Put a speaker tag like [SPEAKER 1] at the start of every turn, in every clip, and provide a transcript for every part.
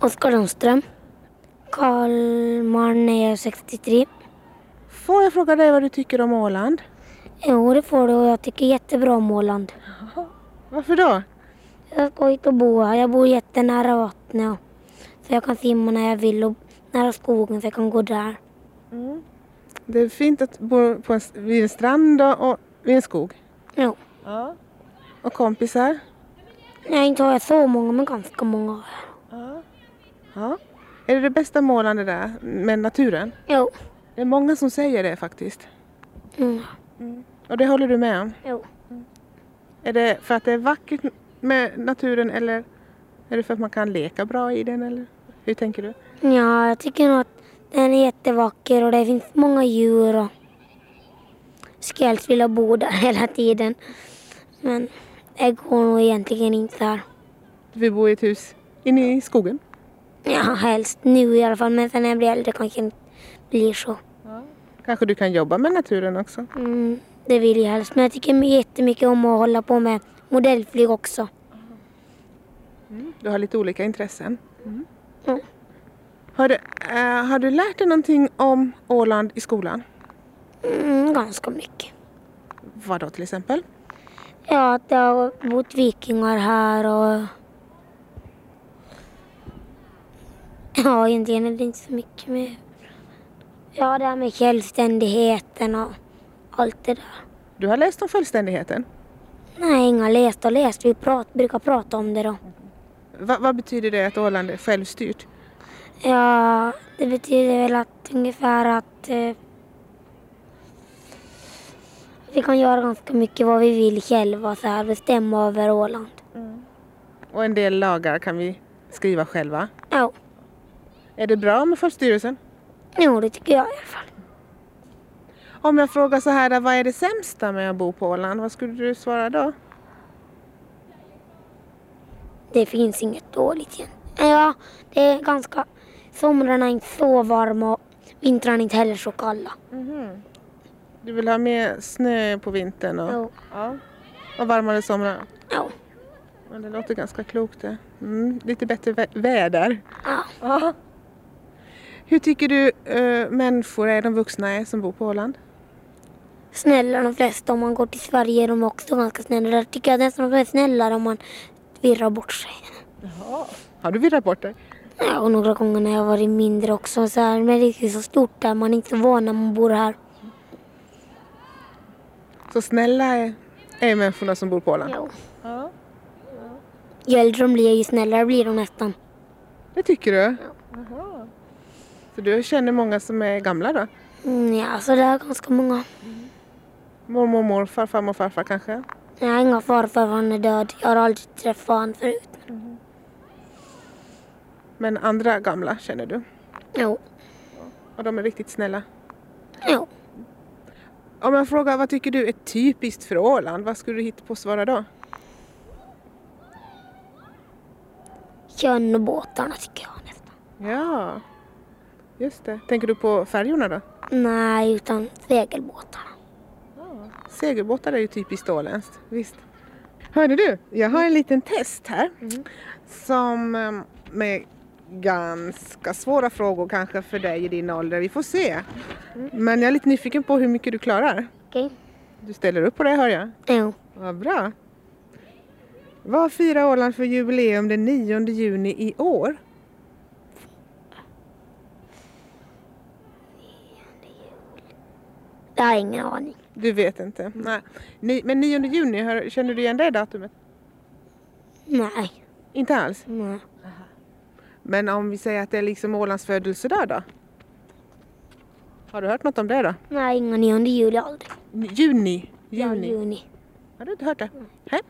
[SPEAKER 1] Oskar Lundström. Karl är 63.
[SPEAKER 2] Får jag fråga dig vad du tycker om Åland?
[SPEAKER 1] Jo, det Eh, får du och jag tycker jättebra om Åland.
[SPEAKER 2] Varför då?
[SPEAKER 1] Jag ska hit och bo här. Jag bor jättenära vattnet. Så jag kan simma när jag vill och nära skogen så jag kan gå där.
[SPEAKER 2] Det är fint att bo på en, vid en strand och, och vid en skog.
[SPEAKER 1] Jo.
[SPEAKER 2] Ja. Och kompisar?
[SPEAKER 1] Nej, inte har jag så många, men ganska många har jag.
[SPEAKER 2] Ja. ja. Är det det bästa med Åland det där med naturen?
[SPEAKER 1] Jo.
[SPEAKER 2] Det är många som säger det faktiskt.
[SPEAKER 1] Mm.
[SPEAKER 2] Och det håller du med om?
[SPEAKER 1] Jo.
[SPEAKER 2] Är det för att det är vackert med naturen eller är det för att man kan leka bra i den? Eller? Hur tänker du?
[SPEAKER 1] Ja, jag tycker nog att den är jättevacker och det finns många djur och skulle helst vilja bo där hela tiden. Men det går nog egentligen inte där.
[SPEAKER 2] Vi bor i ett hus inne i skogen.
[SPEAKER 1] Ja, helst nu i alla fall, men sen när jag blir äldre kanske det inte blir så.
[SPEAKER 2] Kanske du kan jobba med naturen också?
[SPEAKER 1] Mm, det vill jag helst, men jag tycker jättemycket om att hålla på med modellflyg också.
[SPEAKER 2] Du har lite olika intressen.
[SPEAKER 1] Mm.
[SPEAKER 2] Har, du, eh, har du lärt dig någonting om Åland i skolan?
[SPEAKER 1] Mm, ganska mycket.
[SPEAKER 2] Vad då till exempel?
[SPEAKER 1] Ja, att det har bott vikingar här och... Ja, egentligen är det inte så mycket med... Ja, det här med självständigheten och allt det där.
[SPEAKER 2] Du har läst om självständigheten.
[SPEAKER 1] Nej, inga läst och läst. Vi prat, brukar prata om det då.
[SPEAKER 2] Va, vad betyder det att Åland är självstyrt?
[SPEAKER 1] Ja, det betyder väl att ungefär att eh, vi kan göra ganska mycket vad vi vill själva så här, bestämma över Åland.
[SPEAKER 2] Och en del lagar kan vi skriva själva.
[SPEAKER 1] Ja,
[SPEAKER 2] Är det bra med självstyrelsen?
[SPEAKER 1] jo, det tycker jag i alla fall.
[SPEAKER 2] Om jag frågar så här, vad är det sämsta med att bo på Åland? Vad skulle du svara då?
[SPEAKER 1] Det finns inget dåligt igen. Ja, det är ganska... Somrarna är inte så varma och vintrarna är inte heller så kalla.
[SPEAKER 2] Du vill ha mer snö på vintern och,
[SPEAKER 1] Jo.
[SPEAKER 2] Ja. och varmare somrar?
[SPEAKER 1] Ja,
[SPEAKER 2] Men det låter ganska klokt det. Mm, lite bättre vä- väder.
[SPEAKER 1] ja.
[SPEAKER 2] Hur tycker du eh, människor är, de vuxna är som bor på Åland?
[SPEAKER 1] snälla de flesta. Om man går till Sverige är de också ganska snälla. Där tycker jag nästan att de är snällare om man virrar bort sig.
[SPEAKER 2] Har du virrat bort dig?
[SPEAKER 1] Ja, och några gånger när jag varit mindre också. Så här, men det är inte så stort där. Man är inte så van när man bor här.
[SPEAKER 2] Så snälla är, är människorna som bor på Åland?
[SPEAKER 1] Jo. Ju äldre de blir, ju snällare blir de nästan.
[SPEAKER 2] Det tycker du? Så du känner många som är gamla då?
[SPEAKER 1] Mm, ja, så det är ganska många.
[SPEAKER 2] Mormor, morfar, farmor, farfar kanske?
[SPEAKER 1] Jag har inga farfar, för han är död. Jag har aldrig träffat honom förut.
[SPEAKER 2] Men andra gamla känner du?
[SPEAKER 1] Jo.
[SPEAKER 2] Och de är riktigt snälla?
[SPEAKER 1] Jo.
[SPEAKER 2] Om jag frågar vad tycker du är typiskt för Åland, vad skulle du hitta på att svara då?
[SPEAKER 1] Kön och båtarna tycker jag nästan.
[SPEAKER 2] Ja, just det. Tänker du på färjorna då?
[SPEAKER 1] Nej, utan segelbåtarna.
[SPEAKER 2] Segelbåtar är ju typiskt åländskt, visst. Hörde du, jag har en liten test här som eh, med ganska svåra frågor kanske för dig i din ålder. Vi får se. Men jag är lite nyfiken på hur mycket du klarar.
[SPEAKER 1] Okej.
[SPEAKER 2] Du ställer upp på det hör jag.
[SPEAKER 1] Jo.
[SPEAKER 2] Vad bra. Vad firar Åland för jubileum den 9 juni i år?
[SPEAKER 1] Jag har ingen aning.
[SPEAKER 2] Du vet inte. Nej. Ni- Men 9 juni, hör- känner du igen det datumet?
[SPEAKER 1] Nej.
[SPEAKER 2] Inte alls.
[SPEAKER 1] Nej.
[SPEAKER 2] Men om vi säger att det är liksom Ålands födelsedag då? Har du hört något om det då?
[SPEAKER 1] Nej, ingen 9 juli aldrig.
[SPEAKER 2] N- Juni?
[SPEAKER 1] Ja,
[SPEAKER 2] Juni.
[SPEAKER 1] juni.
[SPEAKER 2] Har du inte hört det? Nej.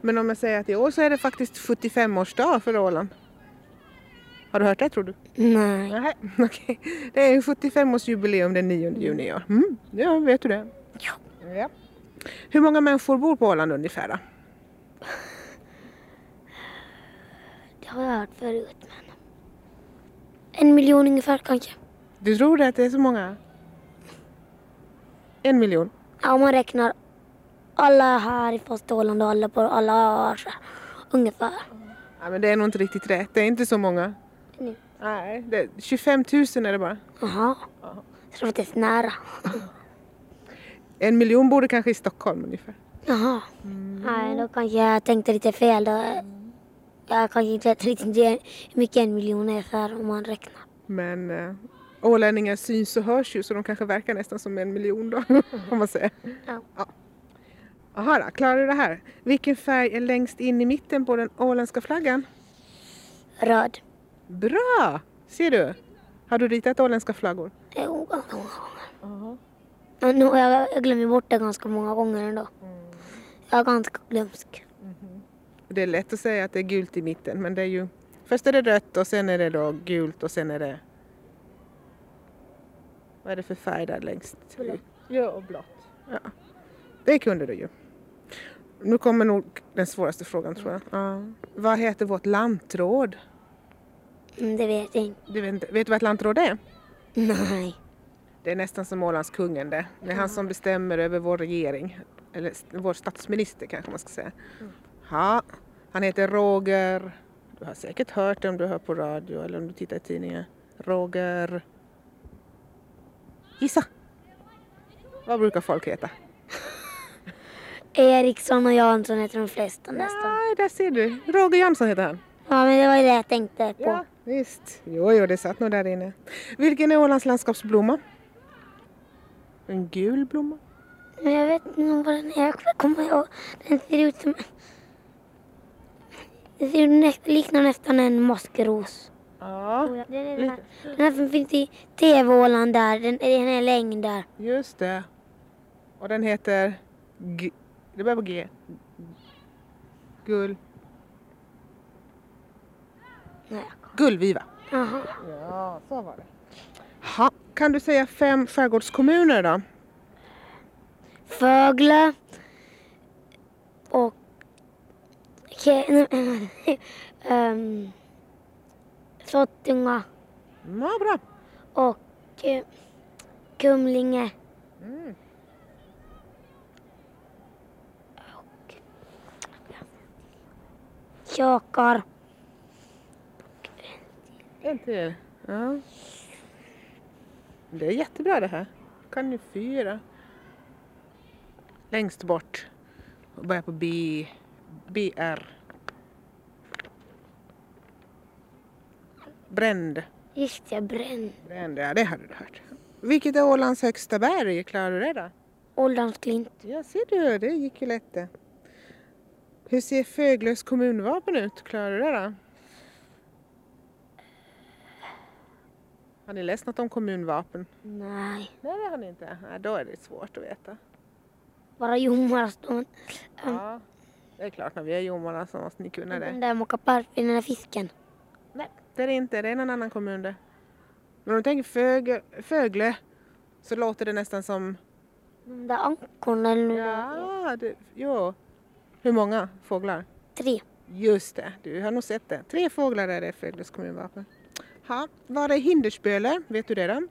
[SPEAKER 2] Men om jag säger att i år så är det faktiskt 75-årsdag för Åland. Har du hört det tror du?
[SPEAKER 1] Nej.
[SPEAKER 2] Nej, okej. Det är 75-årsjubileum den 9 juni i år. Mm, ja, vet du det?
[SPEAKER 1] Ja.
[SPEAKER 2] ja. Hur många människor bor på Åland ungefär då?
[SPEAKER 1] Det har jag hört förut, men... En miljon ungefär kanske.
[SPEAKER 2] Du tror det att det är så många? En miljon?
[SPEAKER 1] Ja, om man räknar alla här i fasta Åland och alla på alla öar så här, ungefär.
[SPEAKER 2] Ja, men det är nog inte riktigt rätt. Det är inte så många.
[SPEAKER 1] nu.
[SPEAKER 2] Nej, det, 25 000 är det bara.
[SPEAKER 1] Jaha.
[SPEAKER 2] Ja.
[SPEAKER 1] Så det var inte ens nära.
[SPEAKER 2] En miljon bor det kanske i Stockholm ungefär.
[SPEAKER 1] Jaha. Nej, då kanske jag tänkte lite fel. Då. Jag kanske inte vet riktigt hur mycket en miljon är för om man räknar.
[SPEAKER 2] Men eh, ålänningar syns och hörs ju så de kanske verkar nästan som en miljon då, om man säger.
[SPEAKER 1] Ja.
[SPEAKER 2] Jaha då, klarar du det här? Vilken färg är längst in i mitten på den åländska flaggan?
[SPEAKER 1] Röd.
[SPEAKER 2] Bra! Ser du? Har du ritat åländska flaggor?
[SPEAKER 1] Jo, ganska många gånger. Men nu, har jag, jag glömmer bort det ganska många gånger ändå. Jag är ganska glömsk.
[SPEAKER 2] Det är lätt att säga att det är gult i mitten men det är ju... Först är det rött och sen är det då gult och sen är det... Vad är det för färg där längst? Blått. Ja, och blått. Ja. Det kunde du ju. Nu kommer nog den svåraste frågan tror jag. Ja. Vad heter vårt lantråd?
[SPEAKER 1] Mm, det vet jag inte.
[SPEAKER 2] Du vet, inte- vet du vad ett lantråd är?
[SPEAKER 1] Nej.
[SPEAKER 2] Det är nästan som Ålandskungen det. Det är han som bestämmer över vår regering. Eller s- vår statsminister kanske man ska säga. Ja, han heter Roger. Du har säkert hört det om du hör på radio eller om du tittar i tidningen. Roger... Gissa! Vad brukar folk heta?
[SPEAKER 1] Eriksson och Jansson heter de flesta nästan.
[SPEAKER 2] Nej, där ser du. Roger Jansson heter han.
[SPEAKER 1] Ja, men det var ju det jag tänkte på.
[SPEAKER 2] Ja, visst. Jo, jo, det satt nog där inne. Vilken är Ålands landskapsblomma? En gul blomma?
[SPEAKER 1] Men jag vet inte vad den är. Jag kommer ihåg. Den ser ut som... Den ser ut, nä- liknar nästan en maskros.
[SPEAKER 2] Ja.
[SPEAKER 1] Den är den här, den här som finns i TV-ålan där. Den, den är längd där.
[SPEAKER 2] Just det. Och den heter... G- det börjar på G. Gull...
[SPEAKER 1] Nej.
[SPEAKER 2] Gullviva.
[SPEAKER 1] Jaha.
[SPEAKER 2] Ja, så var det. Ha. Kan du säga fem skärgårdskommuner då?
[SPEAKER 1] Fögle. Och... Ke- nej, men- ehm, Sottunga.
[SPEAKER 2] Ja, bra.
[SPEAKER 1] Och eh, Kumlinge.
[SPEAKER 2] Mm.
[SPEAKER 1] Tjakar.
[SPEAKER 2] En till. Ja. Det är jättebra det här. Kan ju fyra. Längst bort. Och börjar på B. BR. Bränd.
[SPEAKER 1] Just det, bränd.
[SPEAKER 2] Det enda, ja, det hade du hört. Vilket är Ålands högsta berg? Klarar du det då?
[SPEAKER 1] Åldrandsklint.
[SPEAKER 2] Ja, ser du, det gick ju lätt det. Hur ser Föglös kommunvapen ut? Klarar du det då? Har ni läst något om kommunvapen?
[SPEAKER 1] Nej.
[SPEAKER 2] Nej, det har ni inte. Nej, då är det svårt att veta.
[SPEAKER 1] Bara Jomaraston.
[SPEAKER 2] Ja, det är klart, när vi är jomarna så måste ni kunna
[SPEAKER 1] Den
[SPEAKER 2] det.
[SPEAKER 1] där mockaparp, den där fisken.
[SPEAKER 2] Nej, det är det inte. Det är någon annan kommun det. Men om du tänker Fög- Föglö så låter det nästan som
[SPEAKER 1] De där ankorna eller nu.
[SPEAKER 2] Ja, det, ja. Hur många fåglar?
[SPEAKER 1] Tre.
[SPEAKER 2] Just det, du har nog sett det. Tre fåglar är det i Föglös kommunvapen. Ha, var är Hindersböle? Vet du det då?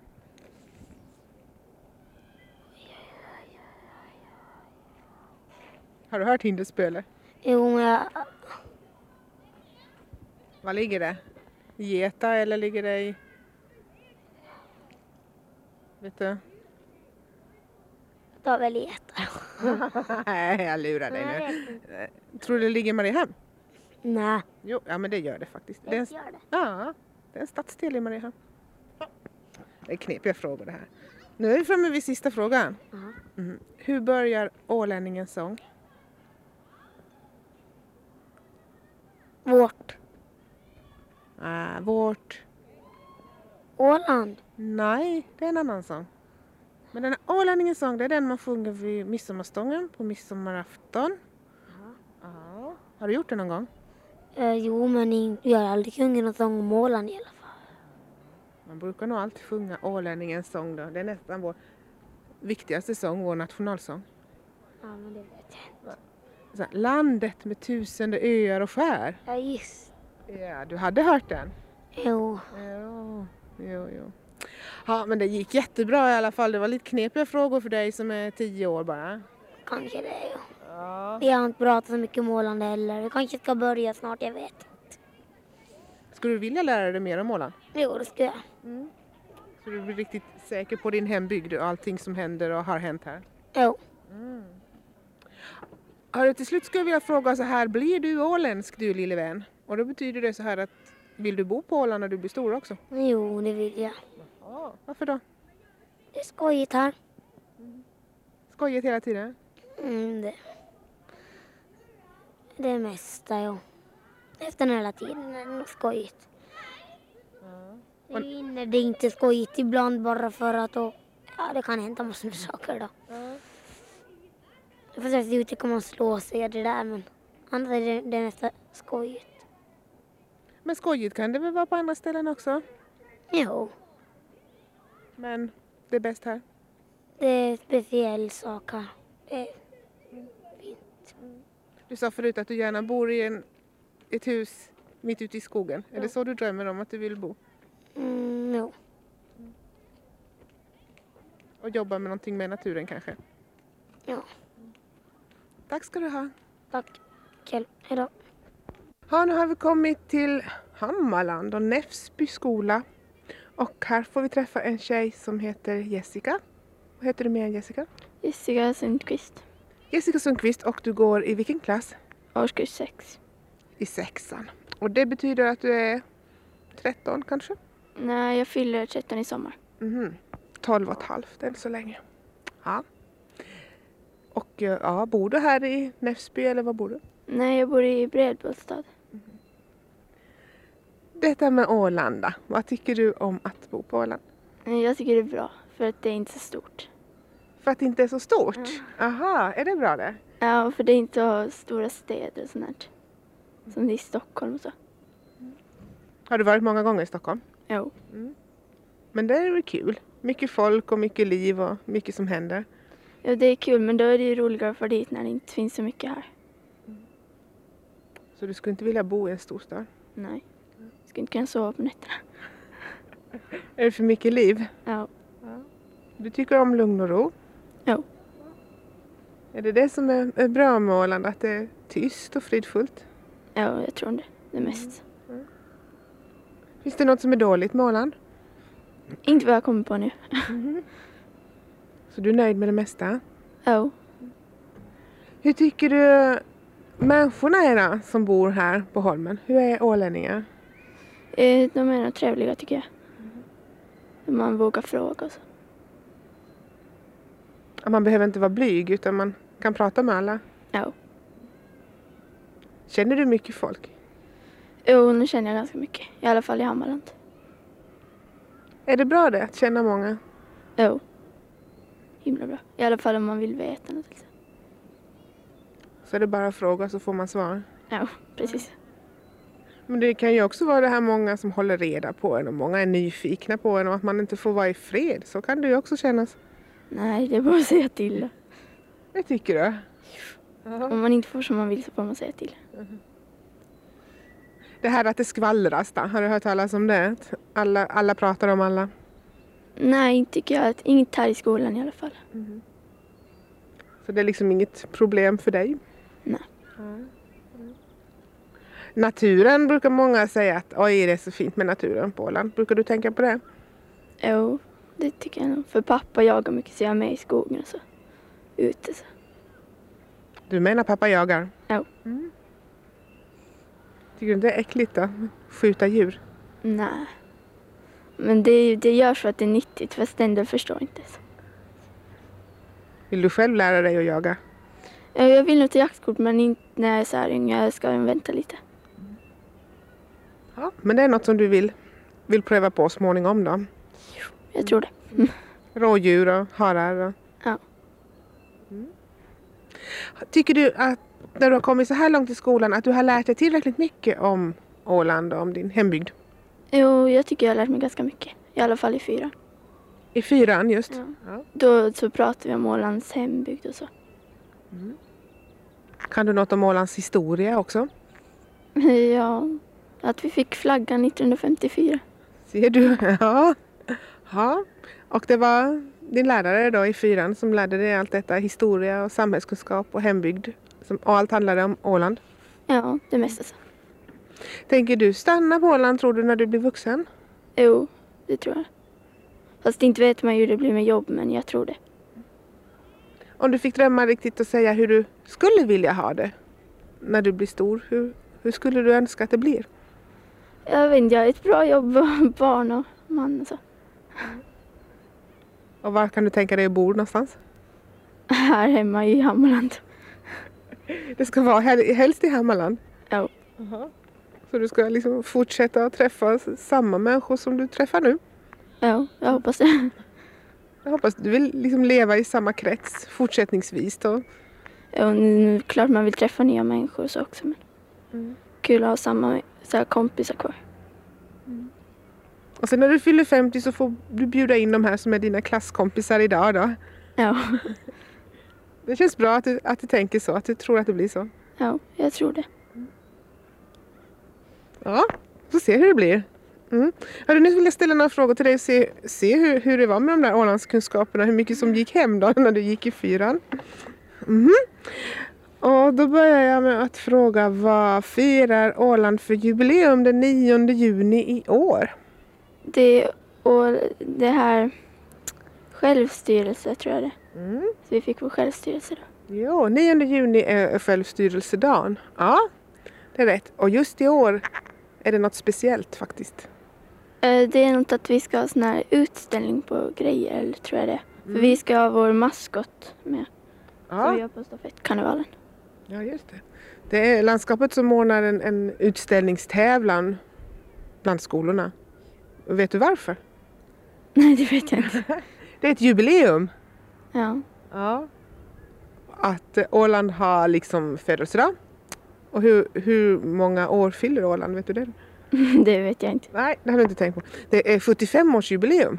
[SPEAKER 2] Har du hört Hindersböle?
[SPEAKER 1] Jo, men jag...
[SPEAKER 2] Var ligger det? Geta eller ligger det i... Vet du?
[SPEAKER 1] tar väl letar.
[SPEAKER 2] Nej, jag lurar dig nu. Tror du det ligger i Mariehamn?
[SPEAKER 1] Nej.
[SPEAKER 2] Jo, ja men det gör det faktiskt. Det är en
[SPEAKER 1] Jag gör det.
[SPEAKER 2] Ja, det är en stadsdel i Mariehamn. Det är knepiga frågor det här. Nu är vi framme vid sista frågan.
[SPEAKER 1] Ja.
[SPEAKER 2] Mm. Hur börjar ålänningens sång?
[SPEAKER 1] Vårt.
[SPEAKER 2] Ah, vårt...
[SPEAKER 1] Åland.
[SPEAKER 2] Nej, det är en annan sång. Men den här ålänningens sång, det är den man sjunger vid midsommarstången på midsommarafton. Ja. Har du gjort det någon gång?
[SPEAKER 1] Eh, jo, men in- vi har aldrig sjungit någon sång om Åland i alla fall.
[SPEAKER 2] Man brukar nog alltid sjunga ålänningens sång då. Det är nästan vår viktigaste sång, vår nationalsång.
[SPEAKER 1] Ja, men det vet jag inte.
[SPEAKER 2] Så här, Landet med tusende öar och skär.
[SPEAKER 1] Ja, just
[SPEAKER 2] Ja, du hade hört den?
[SPEAKER 1] Jo.
[SPEAKER 2] Jo, jo, jo. Ja, men det gick jättebra i alla fall. Det var lite knepiga frågor för dig som är tio år bara.
[SPEAKER 1] Kanske det, ja.
[SPEAKER 2] Ja.
[SPEAKER 1] Vi har inte pratat så mycket om Åland heller. Vi kanske ska börja snart, jag vet.
[SPEAKER 2] Skulle du vilja lära dig mer om Åland?
[SPEAKER 1] Jo, det ska jag.
[SPEAKER 2] Så du blir riktigt säker på din hembygd och allting som händer och har hänt här?
[SPEAKER 1] Jo.
[SPEAKER 2] Hörru, till slut skulle jag vilja fråga så här, blir du åländsk du lille vän? Och då betyder det så här att vill du bo på Åland när du blir stor också?
[SPEAKER 1] jo, det vill jag.
[SPEAKER 2] Ja. Varför då?
[SPEAKER 1] Det är skojigt här.
[SPEAKER 2] Skojigt hela tiden?
[SPEAKER 1] Mm, det. Det mesta, ja. Efter den hela tiden är det nog skojigt. Det är ju inne det är inte skojigt ibland bara för att då, ja, det kan hända massor med saker då. Fast efter ute kan man slå sig och det där men annars är det, det mesta skojigt.
[SPEAKER 2] Men skojigt kan det väl vara på andra ställen också?
[SPEAKER 1] Jo,
[SPEAKER 2] Men det är bäst här.
[SPEAKER 1] det är en speciell sak här. Det är-
[SPEAKER 2] Du sa förut att du gärna bor i en, ett hus mitt ute i skogen. Är det så du drömmer om att du vill bo?
[SPEAKER 1] Mm, jo.
[SPEAKER 2] Och jobba med någonting med naturen kanske?
[SPEAKER 1] Ja.
[SPEAKER 2] Tack ska du ha.
[SPEAKER 1] Tack. Kul. Hejdå.
[SPEAKER 2] Ja, nu har vi kommit till Hammarland och Näfsby skola. Och här får vi träffa en tjej som heter Jessica. Vad heter du mer än Jessica?
[SPEAKER 3] Jessica Sundqvist,
[SPEAKER 2] Jessica Sundqvist och du går i vilken klass?
[SPEAKER 3] årskurs 6.
[SPEAKER 2] I sexan. Och det betyder att du är 13 kanske?
[SPEAKER 3] Nej, jag fyller 13 i sommar.
[SPEAKER 2] Mhm. 12 och ett halvt än så länge. Ja. Och eh, ja, bor du här i Näfsby eller var bor du?
[SPEAKER 3] Nej, jag bor i Bredbostad.
[SPEAKER 2] Detta med Ålanda, vad tycker du om att bo på Åland?
[SPEAKER 3] Nej, Jag tycker det är bra, för att det är inte så stort.
[SPEAKER 2] För att det inte är så stort? Mm. Aha, är det bra det?
[SPEAKER 3] Ja, och för det är inte så stora städer och sånt här. Som det är i Stockholm och så.
[SPEAKER 2] Har du varit många gånger i Stockholm?
[SPEAKER 3] Jo.
[SPEAKER 2] Men det är väl kul. Mycket folk och mycket liv och mycket som händer.
[SPEAKER 3] Ja, det är kul, men då är det ju roligare att fara dit när det inte finns så mycket här.
[SPEAKER 2] Så du skulle inte vilja bo i en storstad?
[SPEAKER 3] Nej. Jag skulle inte kunna sova på nätterna.
[SPEAKER 2] Är det för mycket liv?
[SPEAKER 3] Ja.
[SPEAKER 2] Du tycker om lugn och ro?
[SPEAKER 3] Jo.
[SPEAKER 2] Är det det som är, är bra med Åland, att det är tyst och fridfullt?
[SPEAKER 3] Ja, jag tror det. Det är mest.
[SPEAKER 2] Finns det något som är dåligt med Åland?
[SPEAKER 3] Inte vad jag kommer på nu.
[SPEAKER 2] Så du är nöjd med det mesta?
[SPEAKER 3] Jo.
[SPEAKER 2] Hur tycker du människorna är då, som bor här på Holmen? Hur är ålänningar?
[SPEAKER 3] Eh, De är nog trevliga tycker jag. Man vågar fråga och så.
[SPEAKER 2] Ja, Man behöver inte vara blyg utan man kan prata med alla.
[SPEAKER 3] Ja.
[SPEAKER 2] Känner du mycket folk?
[SPEAKER 3] Jo, nu känner jag ganska mycket. I alla fall i Hammarland.
[SPEAKER 2] Är det bra det, att känna många?
[SPEAKER 3] Jo. Himla bra. I alla fall om man vill veta något. Liksom.
[SPEAKER 2] Så är det bara att fråga så får man svar.
[SPEAKER 3] Jo, precis.
[SPEAKER 2] Men det kan ju också vara det här många som håller reda på en och många är nyfikna på en och att man inte får vara i fred. Så kan det ju också kännas.
[SPEAKER 3] Nej, det är bara att säga till.
[SPEAKER 2] Det tycker du?
[SPEAKER 3] Om man inte får som man vill så får man säga till.
[SPEAKER 2] Det här att det skvallras då, har du hört talas om det? Att Alla, alla pratar om alla.
[SPEAKER 3] Nej, inte tycker jag att inget här i skolan i alla fall.
[SPEAKER 2] Så det är liksom inget problem för dig?
[SPEAKER 3] Nej.
[SPEAKER 2] Naturen brukar många säga att oj det är så fint med naturen på Åland. Brukar du tänka på det?
[SPEAKER 3] Jo, det tycker jag nog. För pappa jagar mycket så jag är med i skogen och så. Ute så.
[SPEAKER 2] Du menar papajagar?
[SPEAKER 3] Jo.
[SPEAKER 2] Mm. Tycker du inte det är äckligt då? Skjuta djur?
[SPEAKER 3] Nej. Men det, är ju- det görs för att det är nyttigt fast ändå förstår jag inte. Så.
[SPEAKER 2] Vill du själv lära dig att jaga?
[SPEAKER 3] Ja, Jag vill nog till jaktkort men inte när jag är så här yngre. Jag ska vänta lite.
[SPEAKER 2] Ja. Men det är något som du vill, vill pröva på småningom då?
[SPEAKER 3] Jag tror det.
[SPEAKER 2] Rådjur och harar? Och...
[SPEAKER 3] Ja.
[SPEAKER 2] Mm. Tycker du att när du har kommit så här långt i skolan att du har lärt dig tillräckligt mycket om Åland och om din hembygd?
[SPEAKER 3] Jo, jag tycker jag har lärt mig ganska mycket. I alla fall i fyran.
[SPEAKER 2] I fyran just?
[SPEAKER 3] Ja. Då så pratade vi om Ålands hembygd och så.
[SPEAKER 2] Kan du något om Ålands historia också?
[SPEAKER 3] Ja, att vi fick flaggan 1954.
[SPEAKER 2] Ser du? Ja. ja. Och det var din lärare då i fyran som lärde dig allt detta, historia och samhällskunskap och hembygd. Som, och allt handlade om Åland.
[SPEAKER 3] Ja, det mesta så.
[SPEAKER 2] Tänker du stanna på Åland tror du när du blir vuxen?
[SPEAKER 3] Jo, det tror jag. Fast inte vet man ju hur det blir med jobb, men jag tror det.
[SPEAKER 2] Om du fick drömma riktigt och säga hur du skulle vilja ha det när du blir stor, hur, hur skulle du önska att det blir?
[SPEAKER 3] Jag vet inte, jag har ett bra jobb och barn och man och så.
[SPEAKER 2] Och var kan du tänka dig att bo någonstans?
[SPEAKER 3] Här hemma i Hammarland.
[SPEAKER 2] Det ska vara hel- helst i Hammarland.
[SPEAKER 3] Ja.
[SPEAKER 2] Så du ska liksom fortsätta att träffa s- samma människor som du träffar nu?
[SPEAKER 3] Ja, jag hoppas det.
[SPEAKER 2] Jag hoppas du vill liksom leva i samma krets fortsättningsvis då.
[SPEAKER 3] Och nu, klart man vill träffa nya människor och så också, men kul att ha samma så här, kompisar kvar.
[SPEAKER 2] Och sen när du fyller 50 så får du bjuda in de här som är dina klasskompisar idag då.
[SPEAKER 3] Ja,
[SPEAKER 2] Det känns bra att du, att du tänker så, att du tror att det blir så.
[SPEAKER 3] ja jag tror det.
[SPEAKER 2] Ja, får se hur det blir. Mm. Hörru, nu vill jag ställa några frågor till dig och se, se hur, hur det var med de där Ålandskunskaperna. Hur mycket som gick hem då när du gick i fyran. Mhm. Och då börjar jag med att fråga vad firar Åland för jubileum den 9 juni i år?
[SPEAKER 3] Det och det här självstyrelse tror jag det
[SPEAKER 2] Mm.
[SPEAKER 3] Så vi fick vår självstyrelse då.
[SPEAKER 2] Jo, 9 juni är självstyrelsedagen. Ja, det är rätt. Och just i år är det något speciellt faktiskt.
[SPEAKER 3] Eh, Det är något att vi ska ha sån här utställning på grejer, eller tror jag det är. För vi ska ha vår maskot med. Så vi
[SPEAKER 2] Mm. Ja,
[SPEAKER 3] gör på stafettkarnevalen.
[SPEAKER 2] ja just det. Det är landskapet som ordnar en, en utställningstävlan bland skolorna. Och vet du varför?
[SPEAKER 3] Nej, det vet jag inte.
[SPEAKER 2] Det är ett jubileum.
[SPEAKER 3] Ja.
[SPEAKER 2] Ja. Att eh, Åland har liksom födelsedag. Och hur, hur många år fyller Åland? Vet du det?
[SPEAKER 3] Det vet jag inte.
[SPEAKER 2] Nej, det har du inte tänkt på. Det är 75-årsjubileum.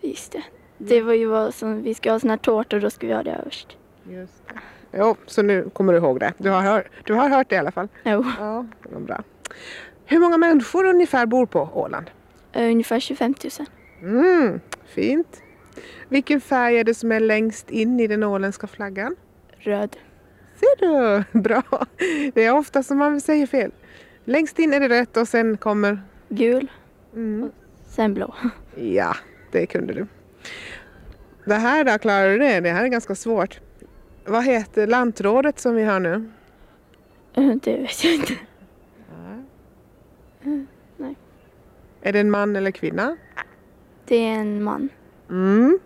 [SPEAKER 3] Just det.
[SPEAKER 2] Mm.
[SPEAKER 3] Det var ju vad som, vi ska ha sån här tårta och då ska vi ha det överst.
[SPEAKER 2] Just det. Jo, så nu kommer du ihåg det. Du har, hör, du har hört det i alla fall.
[SPEAKER 3] Jo.
[SPEAKER 2] Ja, vad bra. Hur många människor ungefär bor på Åland?
[SPEAKER 3] Eh, Ungefär 25 000.
[SPEAKER 2] Mm, fint. Vilken färg är det som är längst in i den åländska flaggan?
[SPEAKER 3] Röd.
[SPEAKER 2] Ser du? Bra. Det är ofta som man säger fel. Längst in är det rätt och sen kommer...
[SPEAKER 3] Gul.
[SPEAKER 2] Mm.
[SPEAKER 3] Sen blå.
[SPEAKER 2] Ja, det kunde du. Det här då, klarar du det? Det här är ganska svårt. Vad heter lantrådet som vi har nu?
[SPEAKER 3] Eh, Det vet jag inte.
[SPEAKER 2] Är det en man eller kvinna?
[SPEAKER 3] Det är en man.
[SPEAKER 2] Mm.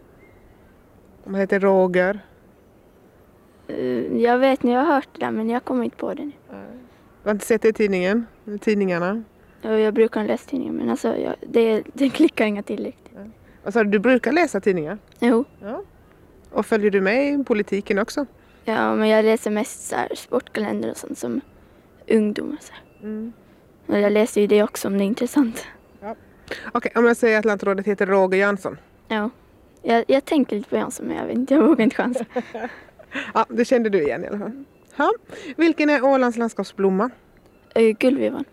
[SPEAKER 2] Han heter Roger.
[SPEAKER 3] Eh, Jag vet när jag har hört det där men jag kommer inte på det nu.
[SPEAKER 2] Du har inte sett det i tidningen? I tidningarna?
[SPEAKER 3] Och Jag brukar läsa tidningar men alltså jag, det, det klickar inga till riktigt.
[SPEAKER 2] Vad sa du? Du brukar läsa tidningar?
[SPEAKER 3] Jo.
[SPEAKER 2] Och följer du med i politiken också?
[SPEAKER 3] Ja men jag läser mest så här, sportkalender och sånt som ungdomar. Så här. Och jag läser ju det också om det är intressant.
[SPEAKER 2] Okej, om jag säger att lantrådet heter Roger Jansson.
[SPEAKER 3] Ja. Jag, jag tänker lite på Jansson men jag vet inte, jag vågar inte chansa.
[SPEAKER 2] Ja, det kände du igen i alla fall. Ja. Vilken är Ålands landskapsblomma?
[SPEAKER 3] Eh, Gullvivan.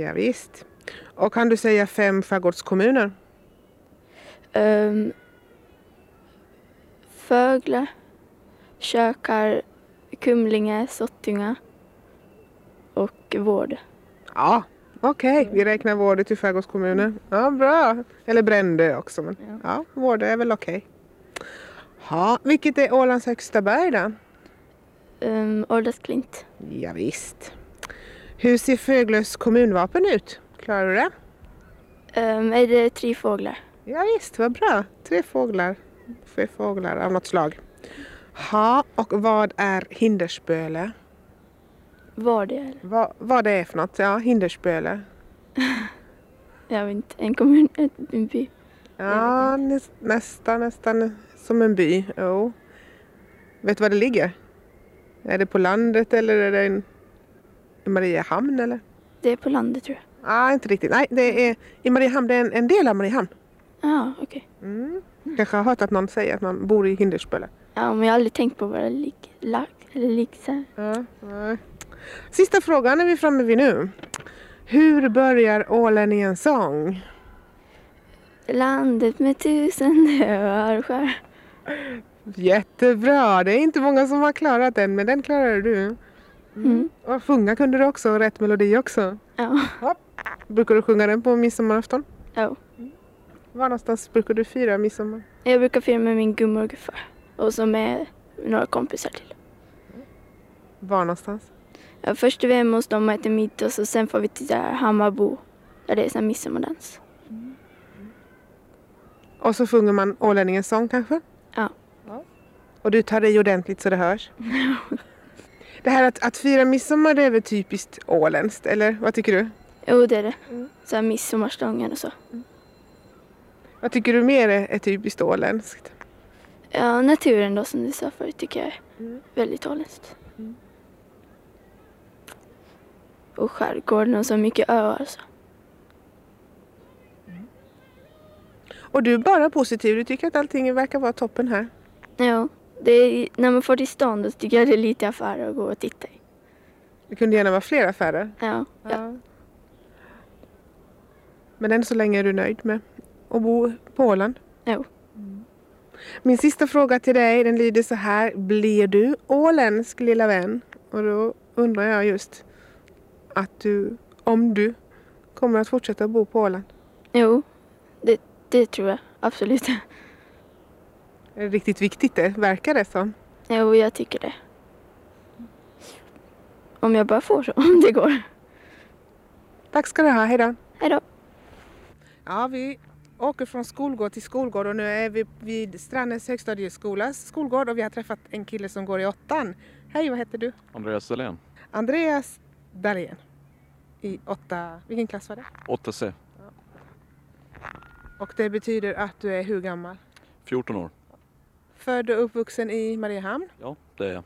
[SPEAKER 2] Ja, visst. Och kan du säga fem skärgårdskommuner?
[SPEAKER 3] Um, Fögle, Kökar, Kumlinge, Sottunga och Vård.
[SPEAKER 2] Ja, okej. Vi räknar Vårdö till skärgårdskommuner. Ja, bra. Eller Brändö också. Men ja, Vårdö är väl okej. Ja, vilket är Ålands högsta berg då?
[SPEAKER 3] Um, Årdalsklint.
[SPEAKER 2] Ja, visst. Hur ser Föglös kommunvapen ut? Klarar du det?
[SPEAKER 3] Um, är det tre fåglar?
[SPEAKER 2] Ja, visst, vad bra. Tre fåglar. Tre fåglar av något slag. Ja, och vad är hindersböle?
[SPEAKER 3] Vård eller?
[SPEAKER 2] Va, vad det är för något? Ja, hindersböle.
[SPEAKER 3] Jag vet inte, en kommun, ett- en by.
[SPEAKER 2] Ja, nä- nästan, nästan som en by. Jo. Vet du var det ligger? Är det på landet eller är det en, i Mariehamn eller?
[SPEAKER 3] Det är på landet tror jag.
[SPEAKER 2] Ah, inte riktigt. Nej, det är i Mariehamn. Det är en, en del av Mariehamn.
[SPEAKER 3] Ja, ah, okej.
[SPEAKER 2] Mm. Kanske har hört att någon säger att man bor i Hindersböle.
[SPEAKER 3] Ja, men jag har aldrig tänkt på vad det ligger. Lag, eller ligger
[SPEAKER 2] Ja, nej. Sista frågan är vi framme vid nu. Hur börjar ålänningen sång?
[SPEAKER 3] Landet med tusen öar och skär.
[SPEAKER 2] Jättebra! Det är inte många som har klarat den, men den klarade du.
[SPEAKER 3] Mm.
[SPEAKER 2] Och sjunga kunde du också, och rätt melodi också.
[SPEAKER 3] Ja.
[SPEAKER 2] Brukar du sjunga den på midsommarafton?
[SPEAKER 3] Ja.
[SPEAKER 2] Var någonstans brukar du fira midsommar?
[SPEAKER 3] Jag brukar fira med min gumma och gudfar. Och så med några kompisar till.
[SPEAKER 2] Var någonstans?
[SPEAKER 3] Ja, först är vi hemma hos dem och äter middag och så sen får vi till där Hammarbo. Där det är sån här midsommardans.
[SPEAKER 2] Och så sjunger man Ålänningens sång kanske?
[SPEAKER 3] Ja.
[SPEAKER 2] Och du tar i ordentligt så det hörs? det här att, att fira midsommar det är väl typiskt åländskt, eller vad tycker du?
[SPEAKER 3] Jo, det är det. Så här midsommarstången och så.
[SPEAKER 2] Vad tycker du mer är, är typiskt åländskt?
[SPEAKER 3] Ja, naturen då som du sa förut tycker jag är väldigt åländskt. Och skärgården och så mycket alltså. öar och så.
[SPEAKER 2] Och du är bara positiv, du tycker att allting verkar vara toppen här.
[SPEAKER 3] Ja, det är, när man får till stan då tycker jag det är lite affärer att gå och titta i.
[SPEAKER 2] Det kunde gärna vara fler affärer.
[SPEAKER 3] Ja, ja.
[SPEAKER 2] Men än så länge är du nöjd med att bo på Åland? Mm.
[SPEAKER 3] Jo.
[SPEAKER 2] Min sista fråga till dig den lyder så här. Blir du åländsk lilla vän? Och då undrar jag just att du, om du kommer att fortsätta bo på Åland.
[SPEAKER 3] jo det, det tror jag absolut.
[SPEAKER 2] Är det riktigt viktigt det? Verkar det som.
[SPEAKER 3] Jo, jag tycker det. Om jag bara får så, om det går.
[SPEAKER 2] Tack ska du ha, hejdå.
[SPEAKER 3] Hej då.
[SPEAKER 2] Ja, vi åker från skolgård till skolgård och nu är vi vid Strandens högstadieskolas skolgård och vi har träffat en kille som går i åttan. Hej, vad heter du?
[SPEAKER 4] Andreas Dahlén,
[SPEAKER 2] Andreas Dahlén. I åtta, vilken klass var det?
[SPEAKER 4] 8C,
[SPEAKER 2] Och det betyder att du är hur gammal?
[SPEAKER 4] 14 år.
[SPEAKER 2] Född och uppvuxen i Mariehamn.
[SPEAKER 4] Ja, det är jag.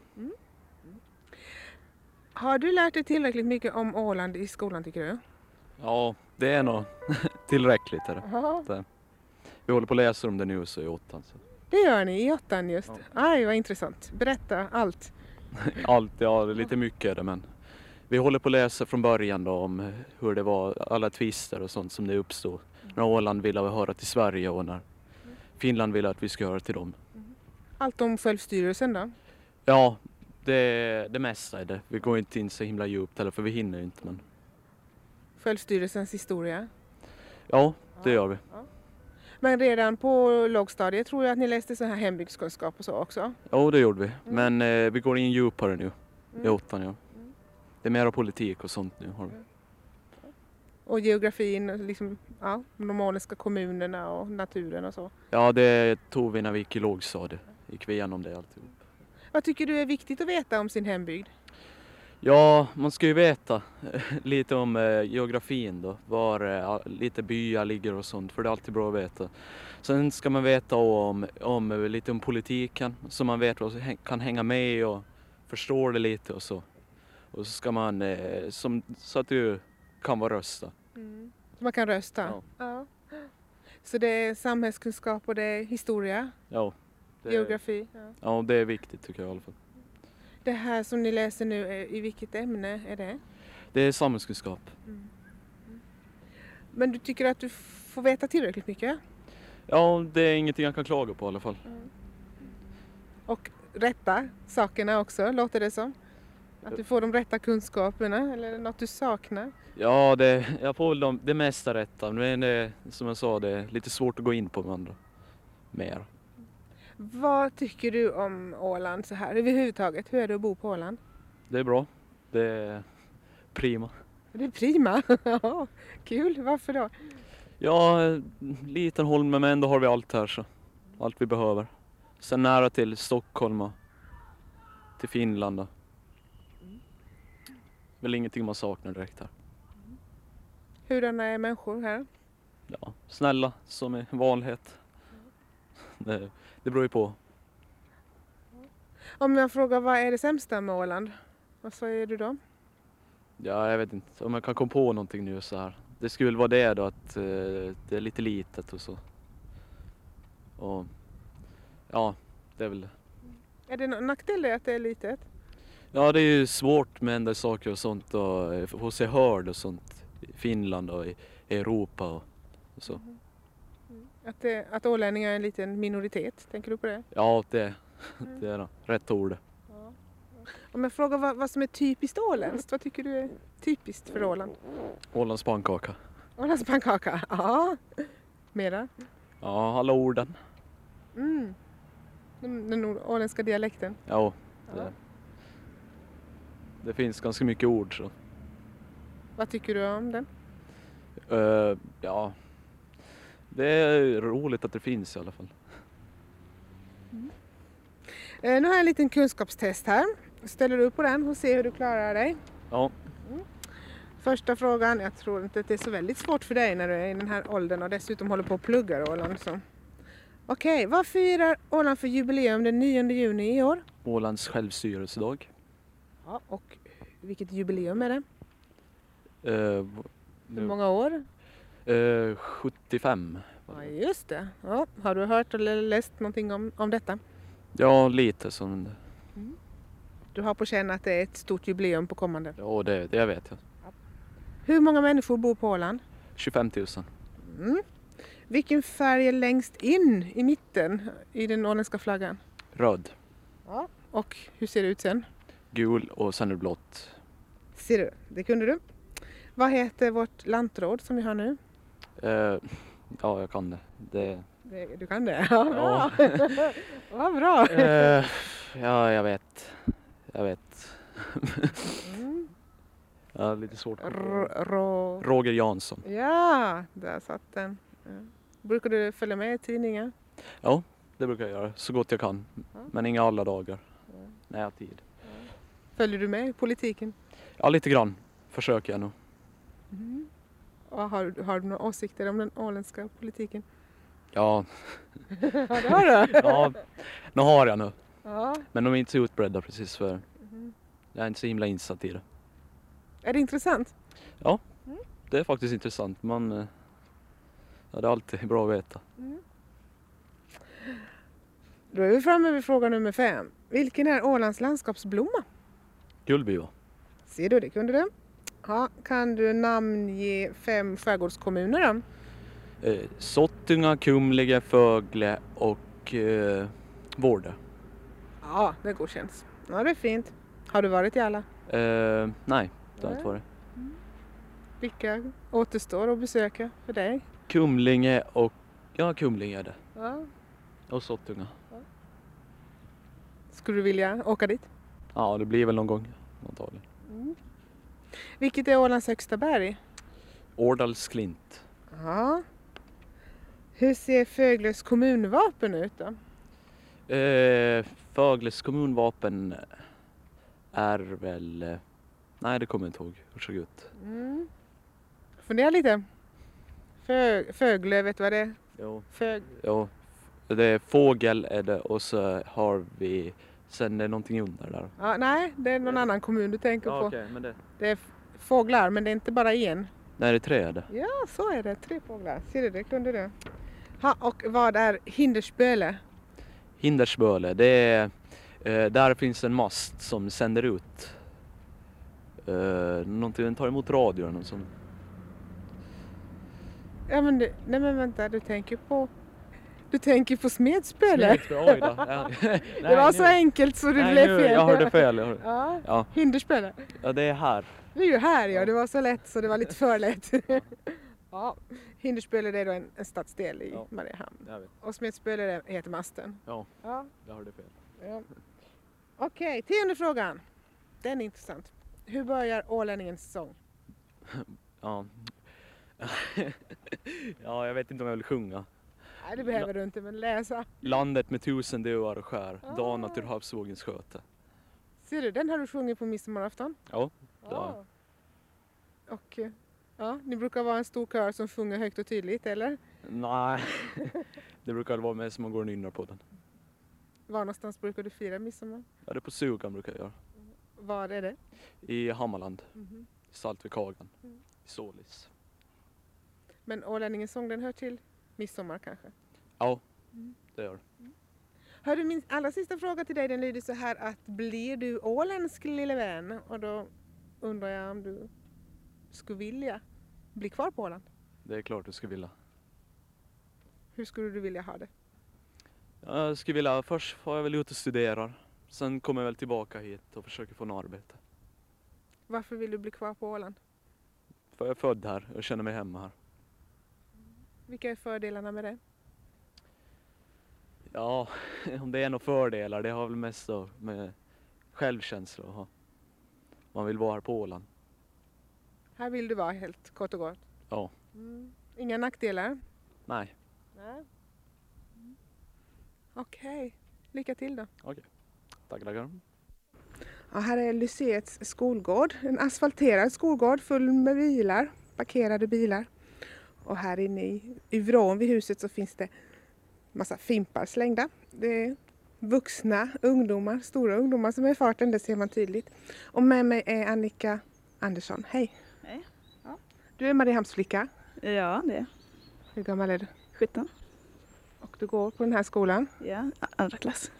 [SPEAKER 2] Har du lärt dig tillräckligt mycket om Åland i skolan tycker du?
[SPEAKER 4] Ja, det är nog tillräckligt. Är det.
[SPEAKER 2] Ja.
[SPEAKER 4] Vi håller på att läsa om det nu så i åttan. Så.
[SPEAKER 2] Det gör ni i åttan just.
[SPEAKER 4] Ja.
[SPEAKER 2] Aj, vad intressant. Berätta allt.
[SPEAKER 4] Allt, ja, det är lite mycket är det men vi håller på att läsa från början då om hur det var, alla tvister och sånt som det uppstod. När Åland ville höra till Sverige och när Finland ville att vi ska höra till dem.
[SPEAKER 2] Allt om självstyrelsen då?
[SPEAKER 4] Ja, det, det mesta är det. Vi går inte in så himla djupt heller för vi hinner ju inte men
[SPEAKER 2] Självstyrelsens historia.
[SPEAKER 4] ja, det gör vi.
[SPEAKER 2] Men redan på lågstadiet tror jag att ni läste så här hembygdskunskap och så också.
[SPEAKER 4] Ja, det gjorde vi. Men eh, vi går in djupare nu i åttan ja. Det är mera politik och sånt nu. Har vi.
[SPEAKER 2] Och geografin, och liksom, ja, de åländska kommunerna och naturen och så.
[SPEAKER 4] Ja, det tog vi när vi gick i lågstadiet. Gick vi igenom det alltihop.
[SPEAKER 2] Vad tycker du är viktigt att veta om sin hembygd?
[SPEAKER 4] Ja, man ska ju veta lite om eh, geografin då. Var eh, all- lite byar ligger och sånt, för det är alltid bra att veta. Sen ska man veta om, om eh, lite om politiken, så man vet vad som häng- kan hänga med och förstår det lite och så. Och så ska man, eh, som, så att du kan vara rösta.
[SPEAKER 2] Så man kan rösta?
[SPEAKER 4] Ja.
[SPEAKER 2] Ja. Så det är samhällskunskap och det är historia,
[SPEAKER 4] Ja, det,
[SPEAKER 2] geografi. Ja.
[SPEAKER 4] ja, det är viktigt tycker jag i alla fall.
[SPEAKER 2] Det här som ni läser nu, är- i vilket ämne är det?
[SPEAKER 4] Det är samhällskunskap.
[SPEAKER 2] Men du tycker att du får veta tillräckligt mycket?
[SPEAKER 4] Ja, det är ingenting jag kan klaga på i alla fall.
[SPEAKER 2] Och rätta sakerna också, låter det som? Att du får de rätta kunskaperna eller något du saknar?
[SPEAKER 4] Ja, det, jag får väl de, det mesta rätta. Men det, som jag sa, det är lite svårt att gå in på med andra. Mer.
[SPEAKER 2] Vad tycker du om Åland så här överhuvudtaget? Hur är det att bo på Åland?
[SPEAKER 4] Det är bra. Det är prima.
[SPEAKER 2] Det är prima! Ja, Kul, varför då?
[SPEAKER 4] Ja, liten holme men ändå har vi allt här så. Allt vi behöver. Sen nära till Stockholm och till Finland då. Väl ingenting man saknar direkt här.
[SPEAKER 2] Hurdana är människor här?
[SPEAKER 4] Ja, snälla som är vanlighet. Det, det beror ju på.
[SPEAKER 2] Om jag frågar vad är det sämsta med Åland? Vad säger du då?
[SPEAKER 4] Ja, jag vet inte om jag kan komma på någonting nu så här. Det skulle väl vara det då att eh, det är lite litet och så. Och ja, det är väl
[SPEAKER 2] Är det någon nackdel det att det är litet?
[SPEAKER 4] Ja, det är ju svårt med en del saker och sånt och eh, få sig hörd och sånt i Finland och i Europa och och så.
[SPEAKER 2] Att, det, att ålänningar är en liten minoritet, tänker du på det?
[SPEAKER 4] Ja, det, det är rätt ord.
[SPEAKER 2] Om jag frågar vad, vad som är typiskt åländskt, vad tycker du är typiskt för Åland?
[SPEAKER 4] Ålands pannkaka.
[SPEAKER 2] Ålands pannkaka? Ja. Mera?
[SPEAKER 4] Ja, alla orden.
[SPEAKER 2] Mm. Den, den nor- åländska dialekten?
[SPEAKER 4] Ja,
[SPEAKER 2] Ja.
[SPEAKER 4] det, det finns ganska mycket ord så.
[SPEAKER 2] Vad tycker du om den?
[SPEAKER 4] Eh, ja, det är roligt att det finns i alla fall.
[SPEAKER 2] Eh, nu har jag en liten kunskapstest här. Ställer du upp på den och ser hur du klarar dig?
[SPEAKER 4] Ja,
[SPEAKER 2] Första frågan, jag tror inte att det är så väldigt svårt för dig när du är i den här åldern och dessutom håller på och pluggar Åland. Så. Okej, vad firar Åland för jubileum den 9 juni i år?
[SPEAKER 4] Ålands självstyrelsedag.
[SPEAKER 2] Ja, och vilket jubileum är det?
[SPEAKER 4] Eh,
[SPEAKER 2] Hur många år?
[SPEAKER 4] eh, 75. var
[SPEAKER 2] Ja,
[SPEAKER 4] det.
[SPEAKER 2] just det. Ja, har du hört eller läst någonting om, om detta?
[SPEAKER 4] Ja, lite som det.
[SPEAKER 2] Du har på känn att det är ett stort jubileum på kommande.
[SPEAKER 4] Ja, det, det vet jag.
[SPEAKER 2] Hur många människor bor på Åland?
[SPEAKER 4] 25 000.
[SPEAKER 2] Mm. Vilken färg är längst in i mitten i den åländska flaggan?
[SPEAKER 4] Röd,
[SPEAKER 2] Ja. Och hur ser det ut sen?
[SPEAKER 4] gul och sen är det blått.
[SPEAKER 2] Ser du, det kunde du. Vad heter vårt lantråd som vi har nu?
[SPEAKER 4] Eh, ja, jag kan det. det
[SPEAKER 2] Det- Du kan det? Ja, bra! Vad bra!
[SPEAKER 4] eh, ja, jag vet. Jag vet.
[SPEAKER 2] Mm.
[SPEAKER 4] Ja, lite svårt.
[SPEAKER 2] R- rå-
[SPEAKER 4] Roger Jansson.
[SPEAKER 2] Ja, där satt den. Ja. Brukar du följa med i tidningen?
[SPEAKER 4] Det brukar jag göra så gott jag kan.
[SPEAKER 2] Ja.
[SPEAKER 4] Men inga alla dagar.
[SPEAKER 2] Ja.
[SPEAKER 4] När jag har tid.
[SPEAKER 2] Följer du med i politiken?
[SPEAKER 4] Ja, lite grann. Försöker jag nog.
[SPEAKER 2] Och har, du- har du några åsikter om den åländska politiken?
[SPEAKER 4] Ja,
[SPEAKER 2] Ja, det har du!
[SPEAKER 4] ja. nu har jag nu.
[SPEAKER 2] Ja.
[SPEAKER 4] Men de är inte så utbredda precis för
[SPEAKER 2] Mm-hmm.
[SPEAKER 4] jag är inte så himla insatt i det.
[SPEAKER 2] Är det intressant?
[SPEAKER 4] Det är faktiskt intressant. Man, eh, ja, det är alltid bra att veta.
[SPEAKER 2] Då är vi framme vid fråga nummer fem. Vilken är Ålands landskapsblomma?
[SPEAKER 4] Gullbiva.
[SPEAKER 2] Ser du, det kunde du. Ja, kan du namnge fem skärgårdskommuner då?
[SPEAKER 4] Eh, Sottunga, Kumlinge, Fögle och eh, Vårde.
[SPEAKER 2] Ja, det godkänns. Ja, det är fint. Har du varit i alla?
[SPEAKER 4] Eh, nej, det har
[SPEAKER 2] Nej.
[SPEAKER 4] inte varit.
[SPEAKER 2] Vilka återstår att besöka för dig?
[SPEAKER 4] Kumlinge och... Ja, Kumlinge är det.
[SPEAKER 2] Ja.
[SPEAKER 4] Och Sottunga.
[SPEAKER 2] Skulle du vilja åka dit?
[SPEAKER 4] Ja, det blir väl någon gång antagligen.
[SPEAKER 2] Vilket är Ålands högsta berg?
[SPEAKER 4] Årdalsklint.
[SPEAKER 2] Ja. Hur ser Föglös kommunvapen ut då?
[SPEAKER 4] Eh, Fögles kommunvapen är väl... eh, Nej, det kommer jag inte ihåg hur det såg ut.
[SPEAKER 2] Mm. Fundera lite. Fö- Föglö, vet du vad det är?
[SPEAKER 4] Jo.
[SPEAKER 2] Fög-
[SPEAKER 4] Jo. Det är fågel är det och så har vi... Sen är det någonting under där.
[SPEAKER 2] ja, nej, det är någon annan kommun du tänker på.
[SPEAKER 4] men det...
[SPEAKER 2] Det är f- fåglar, men det är inte bara en.
[SPEAKER 4] Nej, det är tre är det.
[SPEAKER 2] Ja, så är det. Tre fåglar. Ser du, det kunde du. Ha, och vad är Hindersböle?
[SPEAKER 4] Hindersböle, det är, eh, där finns en mast som sänder ut. Eh, någonting, den tar emot radio eller något sånt.
[SPEAKER 2] Ja, men du, nej men vänta, du tänker på... Du tänker på Smedsböle?
[SPEAKER 4] Oj då. Ja. Nej,
[SPEAKER 2] det var
[SPEAKER 4] nu-
[SPEAKER 2] så enkelt så det
[SPEAKER 4] nej,
[SPEAKER 2] blev
[SPEAKER 4] nu-
[SPEAKER 2] fel.
[SPEAKER 4] Jag hörde fel. Jag hörde.
[SPEAKER 2] Ja,
[SPEAKER 4] Ja.
[SPEAKER 2] Hindersböle.
[SPEAKER 4] ja, det är här.
[SPEAKER 2] Det är ju här ja,
[SPEAKER 4] Ja.
[SPEAKER 2] det var så lätt så det var lite för lätt. ja, Hindersböle det är då en, en stadsdel i
[SPEAKER 4] Ja.
[SPEAKER 2] Mariehamn.
[SPEAKER 4] Jag vet,
[SPEAKER 2] Och Smedsböle det heter Masten.
[SPEAKER 4] Ja.
[SPEAKER 2] ja,
[SPEAKER 4] jag hörde fel.
[SPEAKER 2] ja. Okej, tionde frågan. Den är intressant. Hur börjar ålänningens säsong?
[SPEAKER 4] Ja. ja, jag vet inte om jag vill sjunga.
[SPEAKER 2] Nej, det behöver du inte, men läsa.
[SPEAKER 4] Landet med tusen duvar och skär,
[SPEAKER 2] Ah.
[SPEAKER 4] danat ur havsvågens sköte.
[SPEAKER 2] Ser du, den har du sjungit på midsommarafton.
[SPEAKER 4] Ja, det har jag.
[SPEAKER 2] Ja. Och eh, ja, ni brukar vara en stor kör som sjunger högt och tydligt, eller?
[SPEAKER 4] Nej, det brukar vara mest som man går och nynnar på den.
[SPEAKER 2] Var någonstans brukar du fira midsommar?
[SPEAKER 4] Ja, det är på Sugan brukar jag göra.
[SPEAKER 2] Var är det?
[SPEAKER 4] I Hammarland, Saltvikhagen, i Sålis.
[SPEAKER 2] Men Ålänningens sång, den hör till midsommar kanske?
[SPEAKER 4] Ja, det gör det.
[SPEAKER 2] Hörru, min allra sista fråga till dig den lyder så här att blir du åländsk lille vän? Och då undrar jag om du skulle vilja bli kvar på Åland?
[SPEAKER 4] Det är klart du skulle vilja.
[SPEAKER 2] Hur skulle du vilja ha det?
[SPEAKER 4] Jag skulle vilja, först får jag väl ut och studerar. sen kommer jag väl tillbaka hit och försöker få något arbete.
[SPEAKER 2] Varför vill du bli kvar på Åland?
[SPEAKER 4] För jag är född här och känner mig hemma här.
[SPEAKER 2] Vilka är fördelarna med det?
[SPEAKER 4] Ja, om det är några fördelar, det har väl mest då med självkänsla att ha. Man vill vara här på Åland.
[SPEAKER 2] Här vill du vara helt kort och gott?
[SPEAKER 4] Ja.
[SPEAKER 2] Mm. Inga nackdelar?
[SPEAKER 4] Nej,
[SPEAKER 2] Nej. Mm. Okej, lycka till då.
[SPEAKER 4] tack tackar.
[SPEAKER 2] Ja, här är Lyseets skolgård. En asfalterad skolgård full med bilar, parkerade bilar. Och här inne i, i vrån vid huset så finns det massa fimpar slängda. Det är vuxna ungdomar, stora ungdomar som är i farten, det ser man tydligt. Och med mig är Annika Andersson. Hej!
[SPEAKER 5] Hej. Ja.
[SPEAKER 2] Du är Mariehamns flicka.
[SPEAKER 5] Ja, det är
[SPEAKER 2] Hur gammal är du?
[SPEAKER 5] 17.
[SPEAKER 2] Och du går på den här skolan.
[SPEAKER 5] Ja, a- andra klass.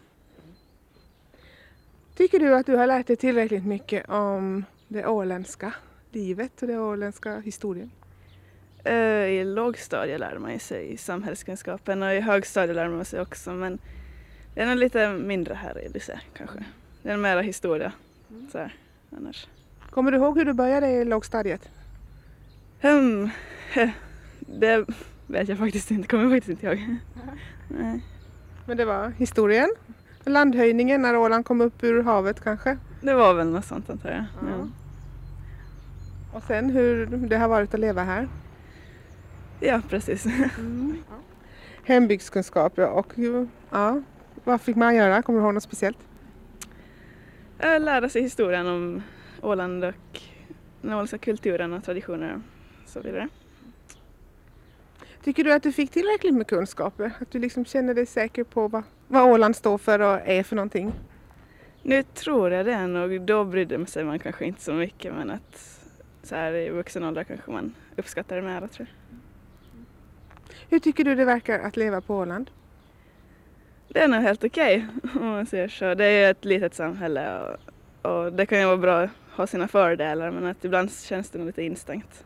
[SPEAKER 2] Tycker du att du har lärt dig tillräckligt mycket om det åländska livet och den åländska historien?
[SPEAKER 5] Eh, I lågstadiet lär man ju sig samhällskunskapen och i högstadiet lär man sig också men det är nog lite mindre här i Lyse kanske. Det är mera historia så här, annars.
[SPEAKER 2] Kommer du ihåg hur du började i lågstadiet?
[SPEAKER 5] Hmm. Det vet jag faktiskt inte, kommer faktiskt inte ihåg. Nej.
[SPEAKER 2] Men det var historien? Landhöjningen när Åland kom upp ur havet kanske?
[SPEAKER 5] Det var väl något sånt antar jag.
[SPEAKER 2] Ja.
[SPEAKER 5] Ja.
[SPEAKER 2] Och sen hur det har varit att leva här?
[SPEAKER 5] ja, precis.
[SPEAKER 2] Hembygdskunskap ja, och ju- ja, vad fick man göra? Kommer du ihåg något speciellt?
[SPEAKER 5] Eh, Lära sig historien om Åland och den åländska kulturen och traditioner och så vidare.
[SPEAKER 2] Tycker du att du fick tillräckligt med kunskaper? Att du liksom känner dig säker på vad, vad Åland står för och är för någonting?
[SPEAKER 5] Nu tror jag det nog. Då brydde sig man kanske inte så mycket men att så här i vuxen ålder kanske man uppskattar det mer tror jag.
[SPEAKER 2] Hur tycker du det verkar att leva på Åland?
[SPEAKER 5] Det är nog helt okej om man säger så. Det är ju ett litet samhälle och, och det kan ju vara bra att ha sina fördelar men att ibland känns det nog lite instängt.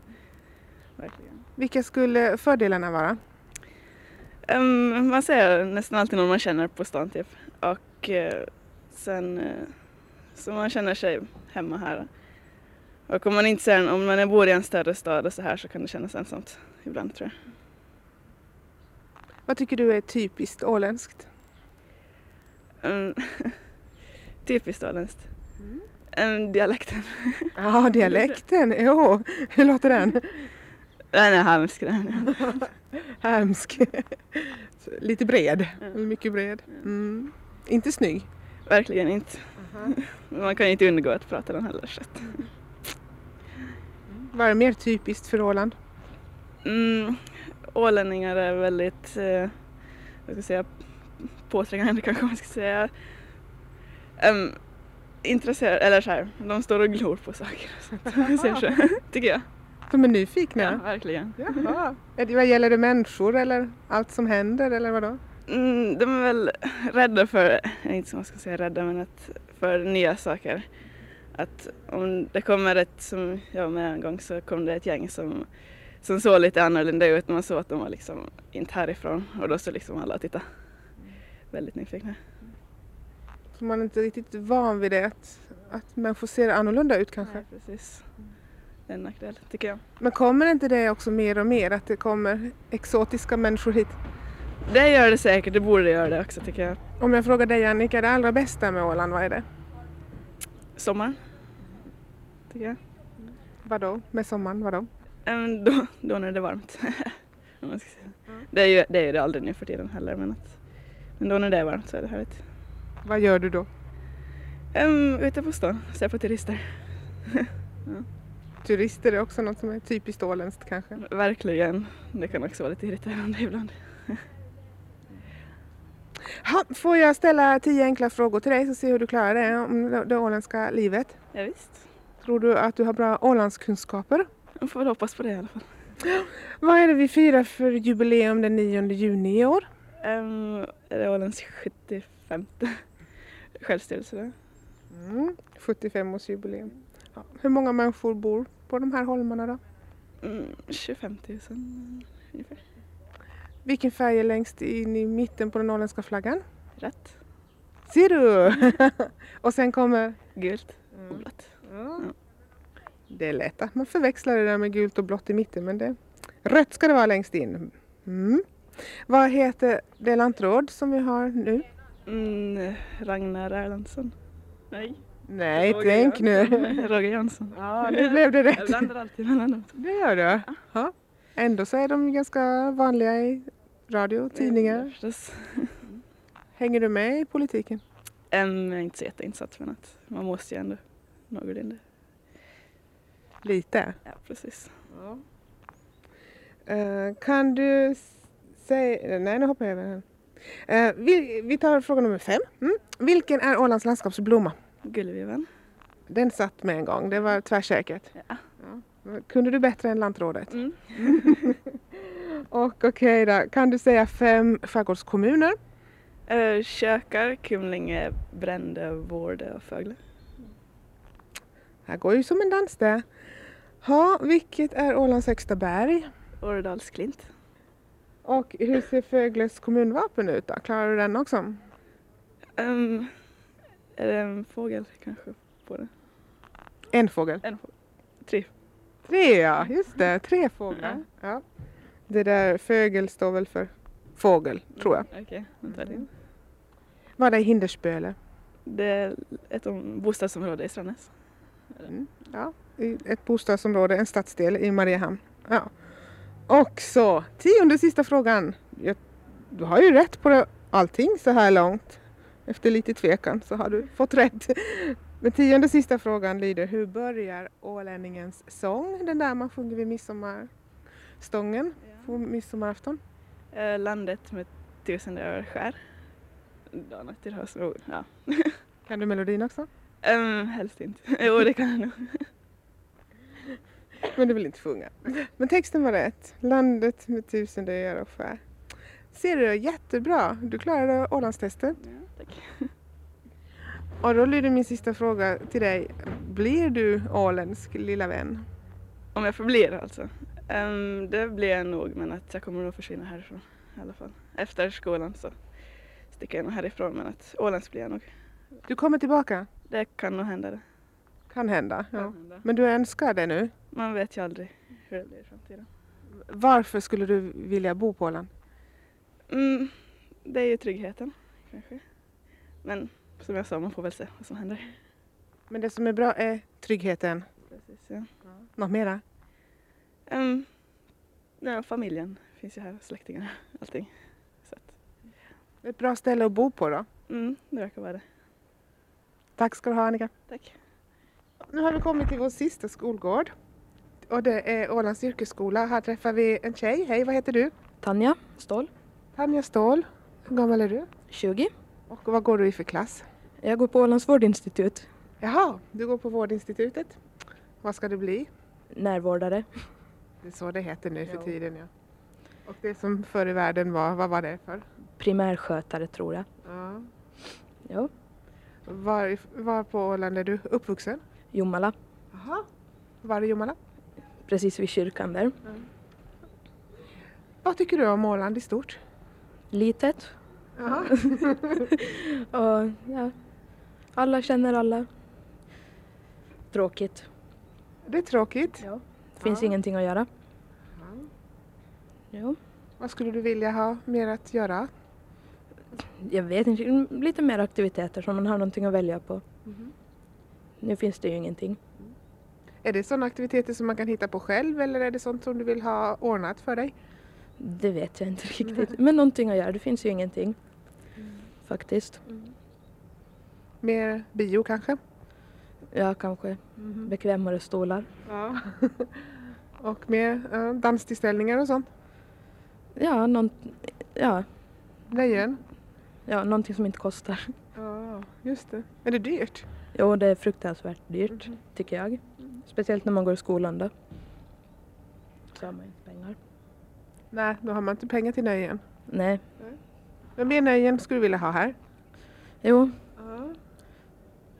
[SPEAKER 5] Verkligen.
[SPEAKER 2] Vilka skulle fördelarna vara?
[SPEAKER 5] Ehm, man ser nästan alltid någon man känner på stan typ. Och eh, sen eh, så man känner sig hemma här. Och om man inte ser, om man bor i en större stad och så här så kan det kännas ensamt ibland tror jag.
[SPEAKER 2] Vad tycker du är typiskt åländskt?
[SPEAKER 5] Ehm, typiskt åländskt. Ehm, dialekten.
[SPEAKER 2] Ja, dialekten. Jo, hur låter den?
[SPEAKER 5] Den är hemsk den. ja.
[SPEAKER 2] Hemsk. Lite bred. Mycket bred. Mm. Inte snygg.
[SPEAKER 5] Verkligen inte. Men Man kan ju inte undgå att prata den heller. Så. att-
[SPEAKER 2] Vad är mer typiskt för Åland?
[SPEAKER 5] Mm, ålänningar är väldigt, eh, vad ska jag säga, påträngande kanske man ska säga. Um, intresserade, eller så här, de står och glor på saker. och sånt. Man ser så, tycker jag.
[SPEAKER 2] De är
[SPEAKER 5] Ja,
[SPEAKER 2] nyfikna?
[SPEAKER 5] verkligen.
[SPEAKER 2] Jaha. Är det, vad gäller det människor eller allt som händer eller vadå?
[SPEAKER 5] Mm, de är väl rädda för, inte som man ska säga rädda, men att för nya saker. Att om det kommer ett, som jag var med en gång, så kom det ett gäng som, som såg lite annorlunda ut. Man såg att de var liksom inte härifrån och då så liksom alla och tittade. Väldigt nyfikna.
[SPEAKER 2] Så man är inte riktigt van vid det, att, att människor ser annorlunda ut kanske.
[SPEAKER 5] Nej, precis. Det är en nackdel, tycker jag.
[SPEAKER 2] Men kommer inte det också mer och mer, att det kommer exotiska människor hit?
[SPEAKER 5] Det gör det säkert, det borde göra det också tycker jag.
[SPEAKER 2] Om jag frågar dig Annika, det allra bästa med Åland, vad är det?
[SPEAKER 5] Sommaren, tycker jag.
[SPEAKER 2] Vadå? Med sommaren, vadå?
[SPEAKER 5] Även Äh, då, då när det är varmt. Om man ska säga. Det, är ju, det är ju det aldrig nu för tiden heller men, att, men då när det är varmt så är det härligt.
[SPEAKER 2] Vad gör du då?
[SPEAKER 5] Um, ute på stan, ser på turister.
[SPEAKER 2] Turister är också något som är typiskt åländskt kanske.
[SPEAKER 5] Verkligen. Det kan också vara lite irriterande ibland.
[SPEAKER 2] Ha, får jag ställa tio enkla frågor till dig så se hur du klarar det om det, det åländska livet?
[SPEAKER 5] Ja, visst.
[SPEAKER 2] Tror du att du har bra Ålandskunskaper?
[SPEAKER 5] Man får väl hoppas på det i alla fall.
[SPEAKER 2] Vad är det vi firar för jubileum den 9 juni i år?
[SPEAKER 5] Ehm, är det Ålands 75 självstyrelse? Då?
[SPEAKER 2] Mm, 75-årsjubileum. Ja. Hur många människor bor på de här holmarna då?
[SPEAKER 5] Mm, 25 000 ungefär.
[SPEAKER 2] Vilken färg är längst in i mitten på den åländska flaggan?
[SPEAKER 5] Rätt.
[SPEAKER 2] Ser du? och sen kommer...
[SPEAKER 5] Gult och
[SPEAKER 2] Mm.
[SPEAKER 5] blått.
[SPEAKER 2] Ja. Det är lätt att man förväxlar det där med gult och blått i mitten men det... rött ska det vara längst in. Mm. Vad heter det lantråd som vi har nu?
[SPEAKER 5] Mm, Ragnar Erlandsson. Nej.
[SPEAKER 2] Nej,
[SPEAKER 5] Roger
[SPEAKER 2] tänk nu.
[SPEAKER 5] Jansson. Roger Jansson.
[SPEAKER 2] Ja, nu blev det
[SPEAKER 5] Jag
[SPEAKER 2] rätt.
[SPEAKER 5] blandar alltid mellan dem.
[SPEAKER 2] Det gör du? Ja. Ändå så är de ju ganska vanliga i radio och
[SPEAKER 5] Ja,
[SPEAKER 2] tidningar.
[SPEAKER 5] förstås.
[SPEAKER 2] Hänger du med i politiken?
[SPEAKER 5] Äm, jag är inte så jätteinsatt men att man måste ju ändå någorlunda.
[SPEAKER 2] Lite.
[SPEAKER 5] Ja precis.
[SPEAKER 2] Eh, kan du s- säga... Nej, nu hoppar jag över den. Eh, vi, vi tar fråga nummer fem. Mm. Vilken är Ålands landskapsblomma?
[SPEAKER 5] Gullviven.
[SPEAKER 2] Den satt med en gång, det var tvärsäkert.
[SPEAKER 5] Ja.
[SPEAKER 2] Ja. Kunde du bättre än lantrådet?
[SPEAKER 5] Mm.
[SPEAKER 2] Och okej då, kan du säga fem skärgårdskommuner?
[SPEAKER 5] Äh, kökar, Kumlinge, Brände, Vårde och Fögle.
[SPEAKER 2] Här går ju som en dans det. Ja, vilket är Ålands högsta berg?
[SPEAKER 5] Åredalsklint.
[SPEAKER 2] Och hur ser Fögles kommunvapen ut då? Klarar du den också?
[SPEAKER 5] Äm, är det en fågel kanske på den?
[SPEAKER 2] En fågel.
[SPEAKER 5] En fågel. Tre.
[SPEAKER 2] Tre ja, just det. Tre fåglar. Ja. Det där fögel står väl för fågel, tror jag.
[SPEAKER 5] Okej, nu tar jag det.
[SPEAKER 2] Vad är Hindersböle?
[SPEAKER 5] Det är ett om- bostadsområde i Strängnäs.
[SPEAKER 2] I Ett bostadsområde, en stadsdel i Mariehamn. Ja. Och så, tionde sista frågan. Jag, du har ju rätt på det- allting så här långt. Efter lite tvekan så har du fått rätt. Men tionde sista frågan lyder, hur börjar ålänningens sång? Den där man sjunger vid midsommarstången på midsommarafton.
[SPEAKER 5] Eh, landet med tusen överskär. Dagen efter har så, ja.
[SPEAKER 2] Kan du melodin också?
[SPEAKER 5] Um, helst inte. jo, det kan jag nog.
[SPEAKER 2] Men du vill inte sjunga. Men texten var rätt. Landet med tusen öar och skär. Ser du, jättebra. Du klarade Ålandstestet.
[SPEAKER 5] Ja, tack.
[SPEAKER 2] Och då lyder min sista fråga till dig. Blir du åländsk lilla vän?
[SPEAKER 5] Om jag förblir alltså. Ehm, det blir jag nog, men att jag kommer nog försvinna härifrån i alla fall. Efter skolan så sticker jag nog härifrån, men att Ålands blir jag nog.
[SPEAKER 2] Du kommer tillbaka?
[SPEAKER 5] Det kan nog hända det.
[SPEAKER 2] Kan hända. Ja.
[SPEAKER 5] Kan hända.
[SPEAKER 2] Men du önskar det nu.
[SPEAKER 5] Man vet ju aldrig hur det blir i framtiden.
[SPEAKER 2] Varför skulle du vilja bo på Åland?
[SPEAKER 5] Mm, det är ju tryggheten, kanske. Men som jag sa, man får väl se vad som händer.
[SPEAKER 2] Men det som är bra är tryggheten.
[SPEAKER 5] Precis, ja.
[SPEAKER 2] Något mera?
[SPEAKER 5] Um, ja, familjen finns ju här, släktingarna, allting. Så att,
[SPEAKER 2] Ett bra ställe att bo på då.
[SPEAKER 5] mm, det verkar vara det.
[SPEAKER 2] Tack ska du ha Annika.
[SPEAKER 5] Tack.
[SPEAKER 2] Nu har vi kommit till vår sista skolgård. Och det är Ålands yrkesskola. Här träffar vi en tjej. Hej, vad heter du?
[SPEAKER 6] Tanja Ståhl,
[SPEAKER 2] Tanja Ståhl. Hur gammal är du?
[SPEAKER 6] 20.
[SPEAKER 2] Och vad går du i för klass?
[SPEAKER 6] Jag går på Ålands vårdinstitut,
[SPEAKER 2] Jaha, du går på vårdinstitutet. Vad ska du bli?
[SPEAKER 6] närvårdare.
[SPEAKER 2] Det är så det heter nu för
[SPEAKER 6] Ja.
[SPEAKER 2] tiden ja. Och det som förr i världen var, vad var det för?
[SPEAKER 6] Primärskötare tror jag.
[SPEAKER 2] Ja.
[SPEAKER 6] Ja.
[SPEAKER 2] Var, var på Åland är du uppvuxen?
[SPEAKER 6] Jomala,
[SPEAKER 2] Jaha. Var i Jomala?
[SPEAKER 6] precis vid kyrkan där.
[SPEAKER 2] Vad tycker du om Åland i stort?
[SPEAKER 6] Litet.
[SPEAKER 2] Jaha.
[SPEAKER 6] Och, ja. Alla känner alla. Tråkigt.
[SPEAKER 2] Det är tråkigt.
[SPEAKER 6] Ja. Finns
[SPEAKER 2] Ja.
[SPEAKER 6] ingenting att göra.
[SPEAKER 2] Ja.
[SPEAKER 6] Ja.
[SPEAKER 2] Vad skulle du vilja ha mer att göra?
[SPEAKER 6] Jag vet inte, lite mer aktiviteter så man har någonting att välja på.
[SPEAKER 2] Mhm.
[SPEAKER 6] Nu finns det ju ingenting.
[SPEAKER 2] Är det sådana aktiviteter som man kan hitta på själv eller är det sånt som du vill ha ordnat för dig?
[SPEAKER 6] Det vet jag inte riktigt. Men någonting att göra, det finns ju ingenting.
[SPEAKER 2] Mm.
[SPEAKER 6] Faktiskt.
[SPEAKER 2] Mer bio kanske?
[SPEAKER 6] Ja, kanske
[SPEAKER 2] Mhm.
[SPEAKER 6] bekvämare stolar.
[SPEAKER 2] Ja. och mer eh, danstillställningar och sånt?
[SPEAKER 6] Ja, någon, ja,
[SPEAKER 2] Nöjen?
[SPEAKER 6] ja, någonting som inte kostar.
[SPEAKER 2] Ja, just det. Är det dyrt?
[SPEAKER 6] Jo, det är fruktansvärt dyrt tycker jag. Speciellt när man går i skolan då. Så har man inte pengar.
[SPEAKER 2] Nej, då har man inte pengar till nöjen.
[SPEAKER 6] Nej,
[SPEAKER 2] Men mer nöjen skulle du vilja ha här?
[SPEAKER 6] jo,
[SPEAKER 2] Ja,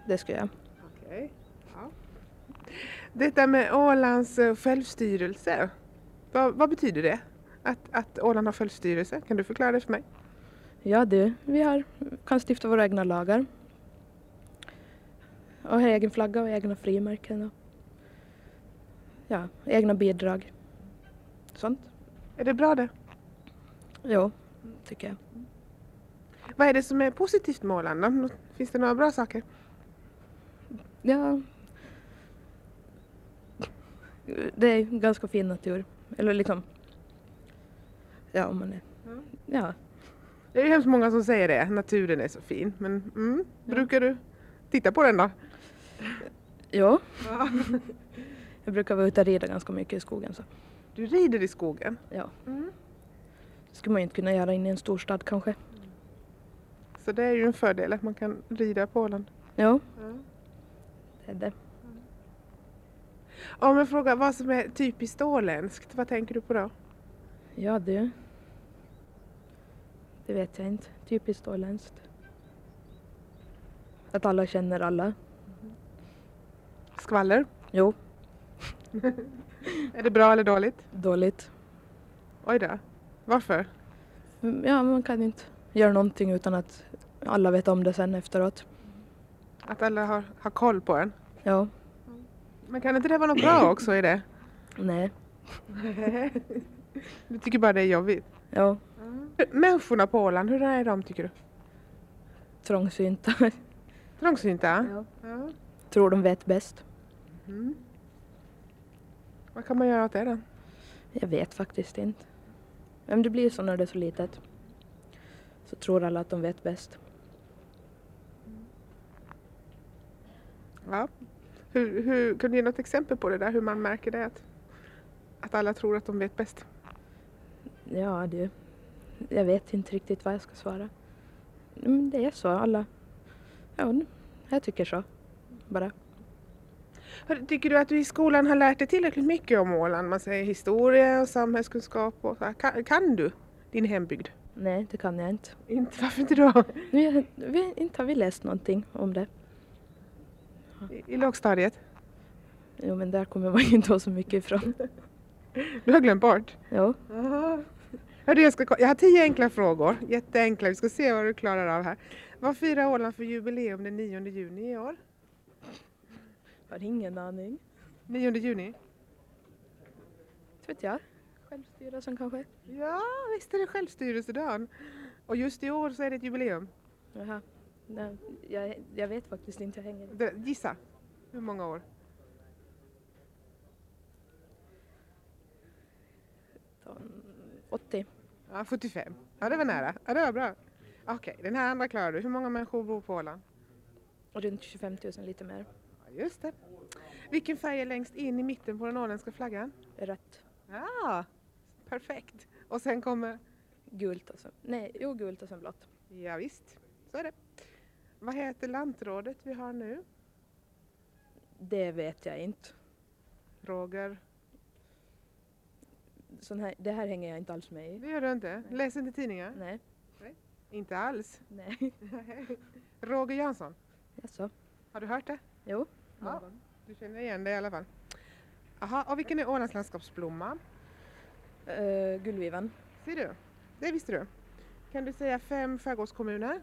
[SPEAKER 6] det ska jag.
[SPEAKER 2] okej. Ja. Detta med Ålands eh, självstyrelse. Vad, vad betyder det? Att, att Åland har självstyrelse? Kan du förklara det för mig?
[SPEAKER 6] Ja du, vi har, kan stifta våra egna lagar. Och ha egen flagga och egna frimärken och ja, egna bidrag. Sånt.
[SPEAKER 2] Är det bra det?
[SPEAKER 6] Jo, tycker jag.
[SPEAKER 2] Vad är det som är positivt med Åland då? Finns det några bra saker?
[SPEAKER 6] Ja. Det är ganska fin natur. Eller liksom, ja om man är, ja.
[SPEAKER 2] Det är ju hemskt många som säger det, naturen är så fin. Men mm, brukar du titta på den då?
[SPEAKER 6] Jo. jag brukar vara ute och rida ganska mycket i skogen så.
[SPEAKER 2] Du rider i skogen.
[SPEAKER 6] Ja.
[SPEAKER 2] Mm.
[SPEAKER 6] Det skulle man ju inte kunna göra inne i en storstad kanske.
[SPEAKER 2] Så det är ju en fördel att man kan rida på Åland.
[SPEAKER 6] Jo,
[SPEAKER 2] Ja.
[SPEAKER 6] det är det.
[SPEAKER 2] Om jag frågar vad som är typiskt åländskt, vad tänker du på då?
[SPEAKER 6] Ja du. Det vet jag inte. Typiskt åländskt. Att alla känner alla.
[SPEAKER 2] Skvaller?
[SPEAKER 6] Jo,
[SPEAKER 2] Är det bra eller dåligt?
[SPEAKER 6] dåligt.
[SPEAKER 2] Oj då. Varför?
[SPEAKER 6] Mm, Ja, man kan inte göra någonting utan att alla vet om det sen efteråt.
[SPEAKER 2] Att alla har, har koll på en.
[SPEAKER 6] Ja,
[SPEAKER 2] Men kan inte det vara något bra också i det?
[SPEAKER 6] nej,
[SPEAKER 2] du tycker bara det är jobbigt.
[SPEAKER 6] ja,
[SPEAKER 2] Människorna på Åland, hur är de tycker du?
[SPEAKER 6] trångsynta.
[SPEAKER 2] Trångsynta?
[SPEAKER 6] Ja.
[SPEAKER 2] Ja.
[SPEAKER 6] Tror de vet bäst.
[SPEAKER 2] Mm. Vad kan man göra åt det då?
[SPEAKER 6] Jag vet faktiskt inte. Men det blir ju så när det är så litet. Så tror alla att de vet bäst.
[SPEAKER 2] Ja. Hur, hur, kan du ge något exempel på det där, hur man märker det? Att, att alla tror att de vet bäst.
[SPEAKER 6] Ja du, jag vet inte riktigt vad jag ska svara. Men det är så, alla... Ja, jag tycker så. Bara.
[SPEAKER 2] Hör, Tycker du att du i skolan har lärt dig tillräckligt mycket om Åland? Man säger historia och samhällskunskap och så här. Kan, kan du din hembygd?
[SPEAKER 6] Nej, det kan jag inte.
[SPEAKER 2] Inte, varför inte då?
[SPEAKER 6] Nu, jag, vi, inte har vi läst någonting om det.
[SPEAKER 2] I, I lågstadiet?
[SPEAKER 6] Jo, men där kommer man ju inte ha så mycket ifrån.
[SPEAKER 2] Du har glömt bort?
[SPEAKER 6] Jo,
[SPEAKER 2] Jaha. Hörru, jag, ska, ko- jag har tio enkla frågor. Jätteenkla. Vi ska se vad du klarar av här. Vad firar Åland för jubileum den 9 juni i år?
[SPEAKER 6] har ingen aning.
[SPEAKER 2] 9 juni?
[SPEAKER 6] Inte vet jag. Självstyrelsen kanske?
[SPEAKER 2] Ja, visst är det självstyrelsedagen. Och just i år så är det ett jubileum.
[SPEAKER 6] Jaha. Nej, jag, jag vet faktiskt inte, jag hänger
[SPEAKER 2] Det- Gissa, hur många år?
[SPEAKER 6] Mm, 80.
[SPEAKER 2] Ja, 75. Ja, det var nära. Ja, det var bra. Okej, den här andra klarar du. Hur många människor bor på Åland?
[SPEAKER 6] Och runt 25 000 lite mer.
[SPEAKER 2] Ja, just det. Vilken färg är längst in i mitten på den åländska flaggan?
[SPEAKER 6] Rött.
[SPEAKER 2] Ja, perfekt. Och sen kommer
[SPEAKER 6] Gult och sen... Nej, jo, gult och sen blått.
[SPEAKER 2] Ja, visst, så är det. Vad heter lantrådet vi har nu?
[SPEAKER 6] Det vet jag inte.
[SPEAKER 2] Roger?
[SPEAKER 6] Sån här, det här hänger jag inte alls med i.
[SPEAKER 2] Det gör du inte? Läser inte tidningar?
[SPEAKER 6] Nej,
[SPEAKER 2] Inte alls.
[SPEAKER 6] nej.
[SPEAKER 2] Roger Jansson,
[SPEAKER 6] Jaså?
[SPEAKER 2] har du hört det?
[SPEAKER 6] Jo.
[SPEAKER 2] Ja. Du känner igen det i alla fall. Aha, och vilken är Ålands landskapsblomma?
[SPEAKER 6] Uh, Gullvivan.
[SPEAKER 2] Ser du? Det visste du. Kan du säga fem skärgårdskommuner?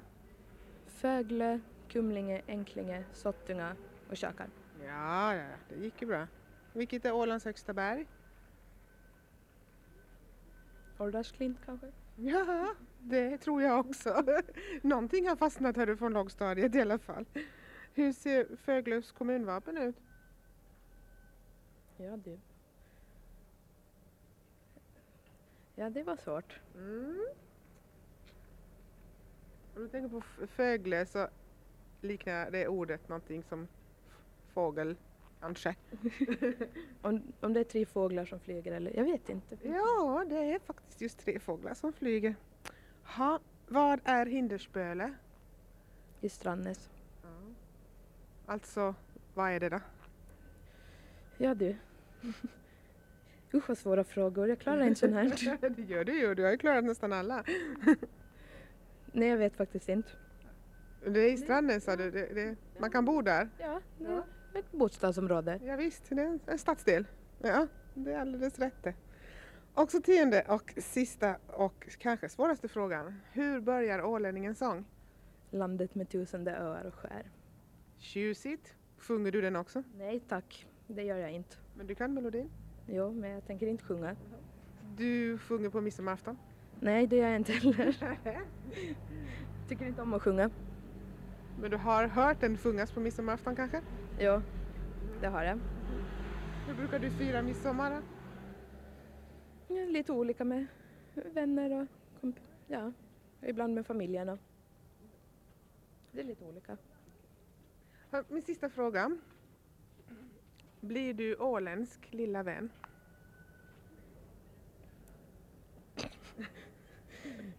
[SPEAKER 6] Fögle, Kumlinge, Enklinge, Sottunga och Tjökar.
[SPEAKER 2] Ja, ja, ja, det gick ju bra. Vilket är Ålands högsta berg?
[SPEAKER 6] Ordarsklind kanske?
[SPEAKER 2] Ja, det tror jag också. Någonting har fastnat hörru från lågstadiet i alla fall. Hur ser Föglövs kommunvapen ut?
[SPEAKER 6] Ja, du. Ja, det var svårt.
[SPEAKER 2] Mm. Om du tänker på f- fögle så liknar det ordet någonting som f- fågel, kanske.
[SPEAKER 6] Om, om det är tre fåglar som flyger eller? Jag vet inte.
[SPEAKER 2] Ja, det är faktiskt just tre fåglar som flyger. Ha, vad är hinderspöle?
[SPEAKER 6] I Strandnäs.
[SPEAKER 2] Alltså, vad är det då?
[SPEAKER 6] Ja, du. Usch vad svåra frågor. Jag klarar inte sån här.
[SPEAKER 2] det gör du ju, du har ju klarat nästan alla.
[SPEAKER 6] Nej, jag vet faktiskt inte.
[SPEAKER 2] Det är i Strandnäs sa du, det, det, man kan bo där.
[SPEAKER 6] Ja, det är ett bostadsområde.
[SPEAKER 2] Ja, visst, det är en- en stadsdel. Ja, det är alldeles rätt det. Också tionde och sista och kanske svåraste frågan. Hur börjar ålänningens sång?
[SPEAKER 6] Landet med tusende öar och skär.
[SPEAKER 2] Tjusigt. Sjunger du den också?
[SPEAKER 6] Nej tack, det gör jag inte.
[SPEAKER 2] Men du kan melodin?
[SPEAKER 6] Jo, men jag tänker inte sjunga.
[SPEAKER 2] Du sjunger på midsommarafton?
[SPEAKER 6] Nej, det gör jag inte heller. Tycker inte om att sjunga.
[SPEAKER 2] Men du har hört den sjungas på midsommarafton kanske?
[SPEAKER 6] Jo, det har jag.
[SPEAKER 2] Hur brukar du fira midsommar? då?
[SPEAKER 6] Ja, Lite olika med vänner och komp- ja, ibland med familjen. Och. Det är lite olika.
[SPEAKER 2] Hör, Min sista fråga. Blir du åländsk lilla vän?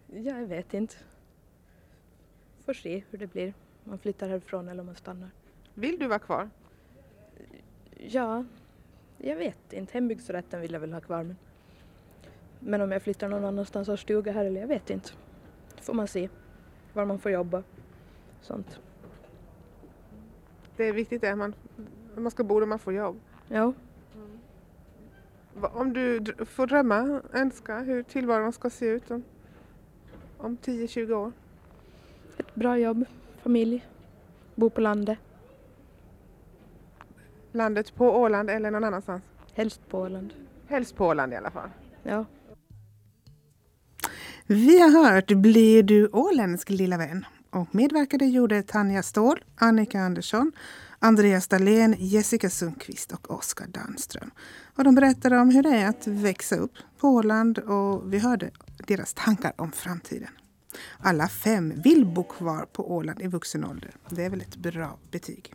[SPEAKER 6] Ja, jag vet inte. Får se hur det blir. Om man flyttar härifrån eller om man stannar.
[SPEAKER 2] Vill du vara kvar?
[SPEAKER 6] Ja, jag vet inte. Hembygdsrätten vill jag väl ha kvar. Men, men om jag flyttar någon annanstans och har stuga här eller jag vet inte. Får man se. Var man får jobba. Sånt.
[SPEAKER 2] Det är viktigt att man, man ska bo där man får jobb.
[SPEAKER 6] Ja,
[SPEAKER 2] Va- Om du dr- får drömma, önska hur tillvaron ska se ut om, om 10-20 år.
[SPEAKER 6] ett bra jobb, familj, bo på landet,
[SPEAKER 2] Landet på Åland eller någon annanstans.
[SPEAKER 6] helst på Åland.
[SPEAKER 2] Helst på Åland i alla fall.
[SPEAKER 6] Ja.
[SPEAKER 2] Vi har hört Blir du åländsk lilla vän? Och medverkade gjorde Tanja Ståhl, Annika Andersson, Andreas Dahlén, Jessica Sundqvist och Oskar Danström. Och de berättade om hur det är att växa upp på Åland och vi hörde deras tankar om framtiden. Alla fem vill bo kvar på Åland i vuxen ålder. Det är väl ett bra betyg.